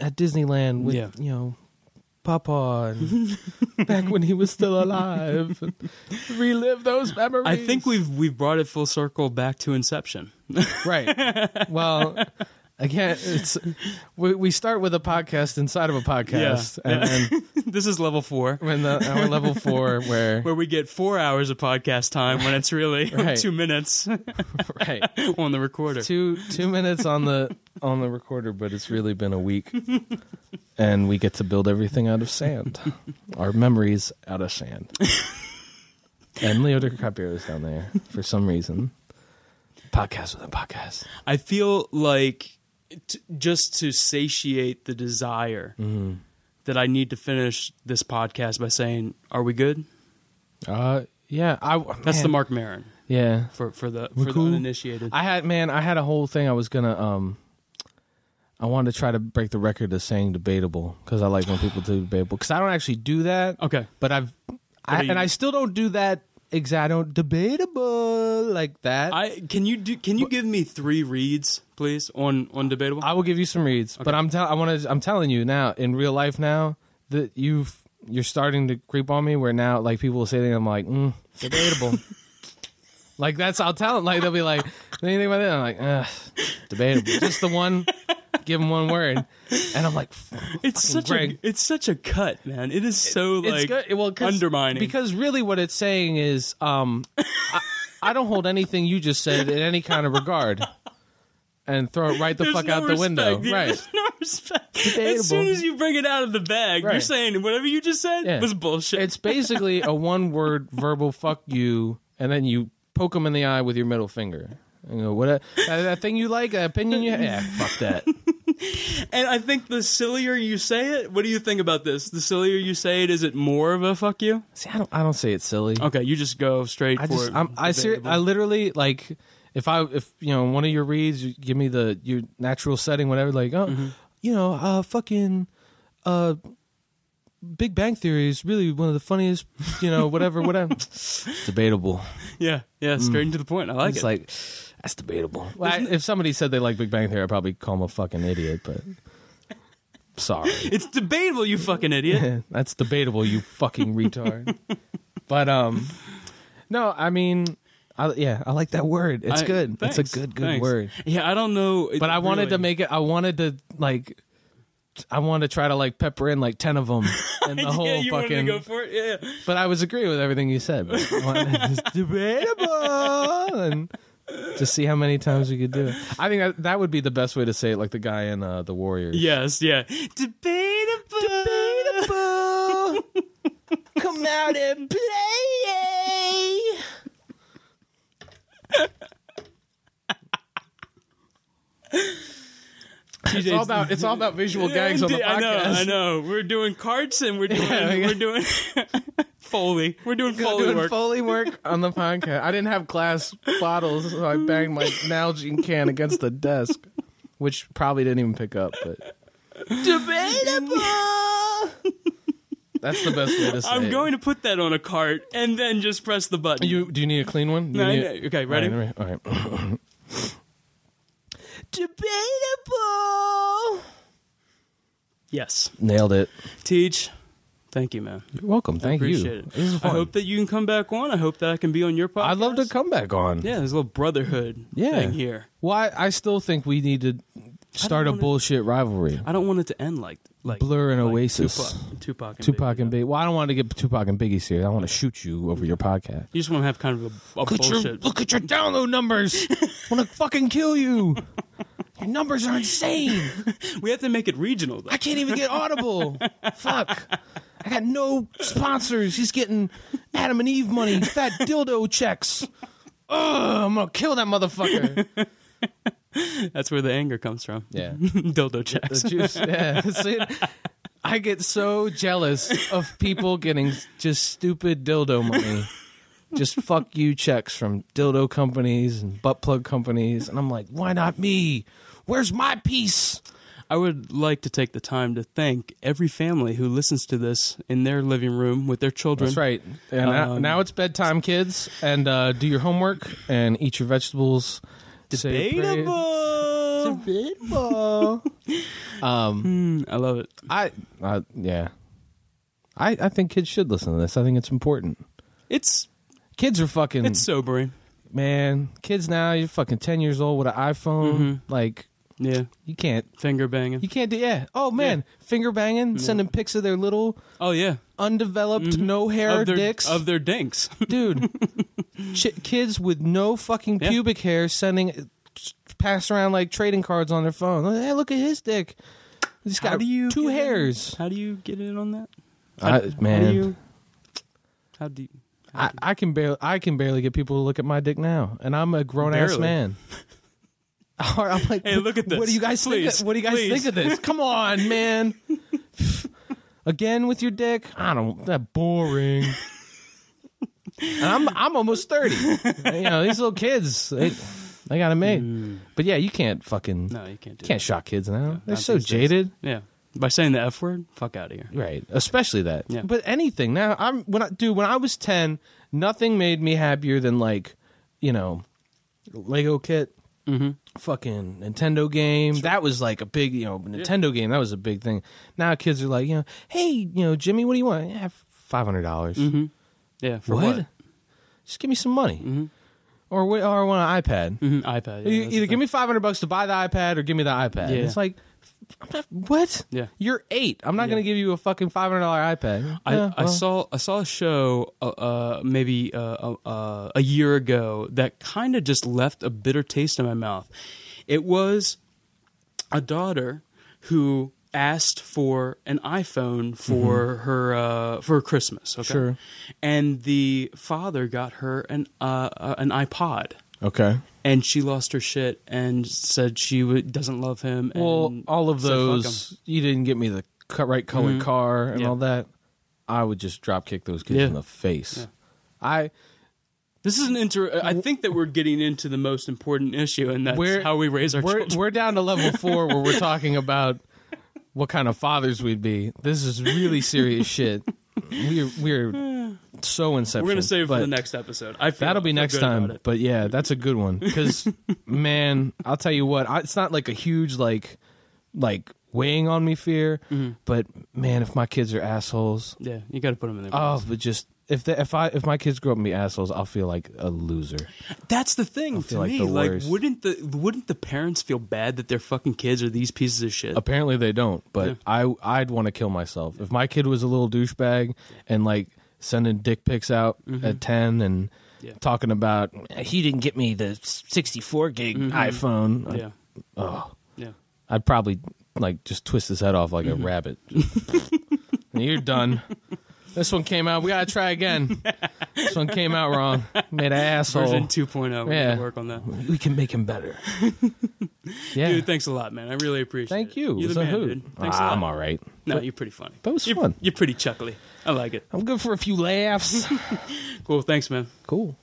at Disneyland with Yeah. you know Papa <laughs> and back when he was <laughs> still alive. Relive those memories. I think we've we've brought it full circle back to Inception. <laughs> right. Well, again, it's we, we start with a podcast inside of a podcast, Yeah. and <laughs> then this is level four, when the our level four where <laughs> where we get four hours of podcast time when it's really <laughs> Right. two minutes right on the recorder. two two minutes on the on the recorder, but it's really been a week, and we get to build everything out of sand, our memories out of sand. And Leo DiCaprio is down there for some reason. Podcast with a podcast. I feel like t- just to satiate the desire Mm-hmm. that I need to finish this podcast by saying, "Are we good?" Uh, yeah, I. That's the man, Mark Maron Yeah, for for the We're for cool. the uninitiated. I had man, I had a whole thing I was gonna um. I wanted to try to break the record of saying debatable because I like when people do debatable because I don't actually do that. okay, but I've I, do you- and I still don't do that. Exa- I don't debatable like that. I, I can you do? Can you give me three reads, please, on on debatable? will give you some reads, but I'm tell I want to. I'm telling you now in real life now that you've you're starting to creep on me. Where now like people will say things, I'm like mm, <laughs> debatable. like that's I'll tell them like they'll be like anything about that. I'm like Ugh, debatable. Just the one. Give them one word, and I'm like, it's such Greg. a it's such a cut, man. It is so like it's good. Well, 'cause- undermining. because really what it's saying is um I, I don't hold anything you just said in any kind of regard and throw it right <laughs> the There's fuck no out the respect, window dude. <laughs> right There's no respect. Debatable. As soon as you bring it out of the bag, you're Right. saying whatever you just said Yeah. was bullshit. it's <laughs> basically a one word verbal fuck you and then you poke them in the eye with your middle finger you know what that, that thing you like that opinion you have yeah <laughs> fuck that And I think the sillier you say it, what do you think about this? The sillier you say it, is it more of a fuck you? see I don't I don't say it's silly Okay, you just go straight I for just it. I'm, I ser- I literally like if I if you know one of your reads you give me the your natural setting whatever like oh Mm-hmm. you know uh fucking uh Big Bang Theory is really one of the funniest you know <laughs> whatever whatever debatable yeah, yeah, straight into the point. I like Mm. it's it. like that's debatable well, I- if somebody said they like Big Bang Theory I'd probably call them a fucking idiot but <laughs> sorry <laughs> it's debatable, you fucking idiot. that's debatable, you fucking retard. but um, no, I mean, I, yeah, I like that word. <laughs> It's I- good. it's thanks, a good, good thanks. word. Yeah, I don't know. it But I wanted to really- <laughs> make it. I wanted to like. I wanted to try to like pepper in like ten <laughs> of them, and the whole yeah, you wanted fucking. to go for it. Yeah, yeah. But I was agreeing with everything you said. But I wanted- it's debatable, and just see how many times we could do it. I think that, that would be the best way to say it, like the guy in uh, the Warriors. yes, yeah. Debatable. Debatable. <laughs> Come out and play. It's <laughs> all about it's all about visual gags on the podcast. I know, I know. We're doing carts and we're <laughs> doing we we're doing <laughs> Foley. We're doing Foley Doing work. Foley work <laughs> on the podcast. I didn't have glass bottles, so I banged my Nalgene can against the desk, which probably didn't even pick up. But debatable. That's the best way to say I'm it. going to put that on a cart and then just press the button. You do you need a clean one? Do you No, need- no, okay, ready? All right, all right, all right. Debatable. yes. Nailed it. Teach. Thank you, man. You're welcome. Thank Appreciate you. it. This is I fun. hope that you can come back on. I hope that I can be on your podcast. I'd love to come back on. Yeah, there's a little brotherhood Yeah. thing here. Why? I still think we need to start a wanna- bullshit rivalry. I don't want it to end like like Blur and like Oasis. Tupac, Tupac and Tupac Biggie. and Biggie. Well, I don't want to get Tupac and Biggie serious. I want to shoot you over your podcast. You just want to have kind of a, a Look at, your, bullshit. look at your download numbers. want to fucking kill you. Your numbers are insane. We have to make it regional. Though. I can't even get Audible. Fuck. I got no sponsors. He's getting Adam and Eve money, fat dildo checks. Ugh, I'm gonna kill that motherfucker. That's where the anger comes from. <laughs> Yeah. Dildo checks. The juice. Yeah. <laughs> See, I get so jealous of people getting just stupid dildo money. Just fuck you checks from dildo companies and butt plug companies. And I'm like, why not me? Where's my piece? I would like to take the time to thank every family who listens to this in their living room with their children. That's right. And now, Um, now it's bedtime, kids. And uh, do your homework and eat your vegetables. Say your prayers. Debatable. Debatable. um, Mm, I love it. I, I, yeah. I, I think kids should listen to this. I think it's important. It's Kids are fucking. it's sobering. man, kids now, you're fucking ten years old with an iPhone. Mm-hmm. Like Yeah. you can't, Finger banging. you can't do. Yeah. Oh man, finger banging, sending pics of their little Oh yeah. undeveloped, no hair Mm-hmm. Of their dicks, of their dinks. <laughs> dude. Ch- kids with no fucking Yeah. pubic hair sending, pass around like trading cards on their phone. Hey, look at his dick. He's How got do you two get in- hairs. How do you get in on that? I- man, How do you? How do you? I, I can barely I can barely get people to look at my dick now, and I'm a grown ass Barely. <laughs> man. Or I'm like, Hey, look at What do this. you guys think? Please. Of, what do you guys Please. think of this? <laughs> Come on, man. Again with your dick? I don't. That boring. and I'm I'm almost thirty. you know these little kids, they, they got it made. But yeah, you can't fucking Mm. No, you can't do. you can't that. shock kids now. They're not so these days. jaded. Yeah. By saying the f word, fuck out of here. Right, especially that. Yeah. But anything now, I'm when I dude when I was ten, nothing made me happier than like, you know, Lego kit, Mm-hmm. fucking Nintendo game. That was like a big, you know, Nintendo game. That was a big thing. Now kids are like, you know, hey, you know, Jimmy, what do you want? Yeah, five hundred dollars. Yeah. Mm-hmm. For what? Mm-hmm. Just give me some money, or wh- or I want an iPad. Mhm, iPad. Yeah, You- that's Either the give me five hundred bucks to buy the iPad, or give me the iPad. Yeah. It's like, I'm not, what? Yeah. you're eight. I'm not Yeah. gonna give you a fucking five hundred dollar iPad. I, Yeah, I well, saw I saw a show uh, uh, maybe uh, uh, a year ago that kind of just left a bitter taste in my mouth. It was a daughter who asked for an iPhone for her uh, for Christmas. Okay? Mm-hmm. Sure. and the father got her an uh, uh, an iPod. Okay. And she lost her shit and said she w- doesn't love him. And Well, all of said, "Fuck those. You didn't get me the co- right colored car and Yeah. all that. I would just drop kick those kids Yeah. in the face. I This is an inter. I think that we're getting into the most important issue, and that's We're- how we raise our we're children. we're down to <laughs> level four where we're talking about what kind of fathers we'd be. This is really <laughs> serious shit. We're <sighs> we're so inception. We're gonna save it for but- the next episode. I feel, That'll be I feel next good about time. it. But yeah, that's a good <laughs> one because man, I'll tell you what, I, it's not like a huge like like weighing on me fear, Mm-hmm. but man, if my kids are assholes, Yeah, you got to put them in there. oh, but just if they, if I if my kids grow up and be assholes, I'll feel like a loser. That's the thing to feel like me. the Like, worst. wouldn't the wouldn't the parents feel bad that their fucking kids are these pieces of shit? Apparently they don't, but I I'd want to kill myself if my kid was a little douchebag and like sending dick pics out at ten and. Mm-hmm. Yeah. Talking about he didn't get me the 64 gig Mm-hmm. iPhone. Like, yeah, Oh, yeah. I'd probably like just twist his head off like Mm-hmm. a rabbit. <laughs> You're done. This one came out. We gotta try again. this one came out wrong. Version Made an asshole. 2.0. We Yeah. yeah. work on that. We can make <laughs> him better. yeah. Dude, thanks a lot, man. I really appreciate it. Thank you. You're It's the a man, hoot. dude. Thanks Ah, a lot. I'm all right. No, you're pretty funny. That was you're, fun. You're pretty chuckly. I like it. I'm good for a few <laughs> laughs. Cool. Thanks, man. cool.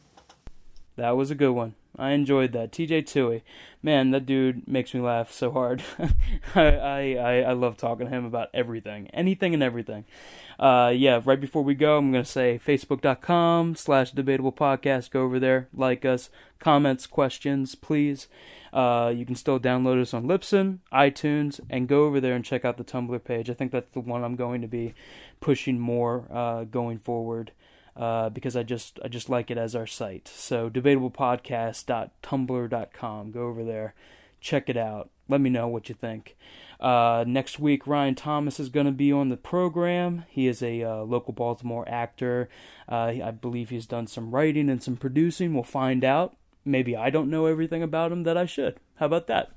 That was a good one. I enjoyed that. TJ Tui. Man, that dude makes me laugh so hard. <laughs> I, I, I, I love talking to him about everything, anything and everything. Uh, yeah, right before we go, I'm going to say facebook.com slash debatable podcast. Go over there, like us, comments, questions, please. Uh, you can still download us on Libsyn, iTunes, and go over there and check out the Tumblr page. I think that's the one I'm going to be pushing more uh, going forward uh, because I just I just like it as our site. So debatablepodcast.tumblr.com. Go over there, check it out. Let me know what you think. Uh, next week, Ryan Thomas is going to be on the program. He is a uh, local Baltimore actor. Uh, I believe he's done some writing and some producing. We'll find out maybe I don't know everything about them that I should. How about that?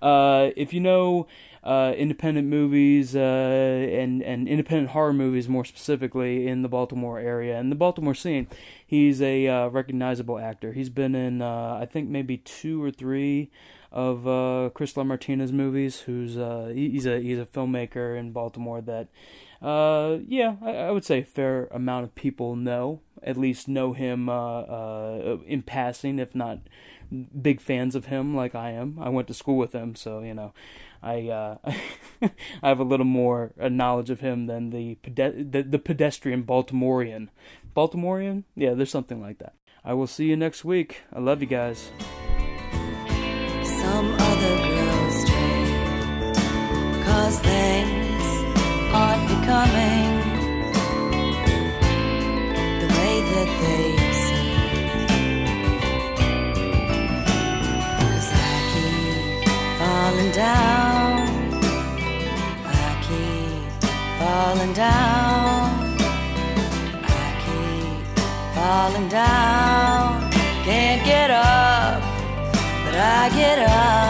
Uh, if you know uh, independent movies uh, and and independent horror movies more specifically in the Baltimore area and the Baltimore scene, he's a uh, recognizable actor. He's been in uh, I think maybe two or three of uh, Chris Martinez movies. Who's uh, he- he's a he's a filmmaker in Baltimore that uh, yeah, I, I would say a fair amount of people know, at least know him uh, uh, in passing, if not big fans of him like I am. I went to school with him, so you know, I uh, <laughs> I have a little more uh, knowledge of him than the, pede- the the pedestrian Baltimorean. Baltimorean, yeah, there's something like that. I will see you next week. I love you guys. Some other girls stray. Cause things aren't becoming the way that they seem. Cause I keep falling down. I keep falling down. I keep falling down. Can't get up but I get up.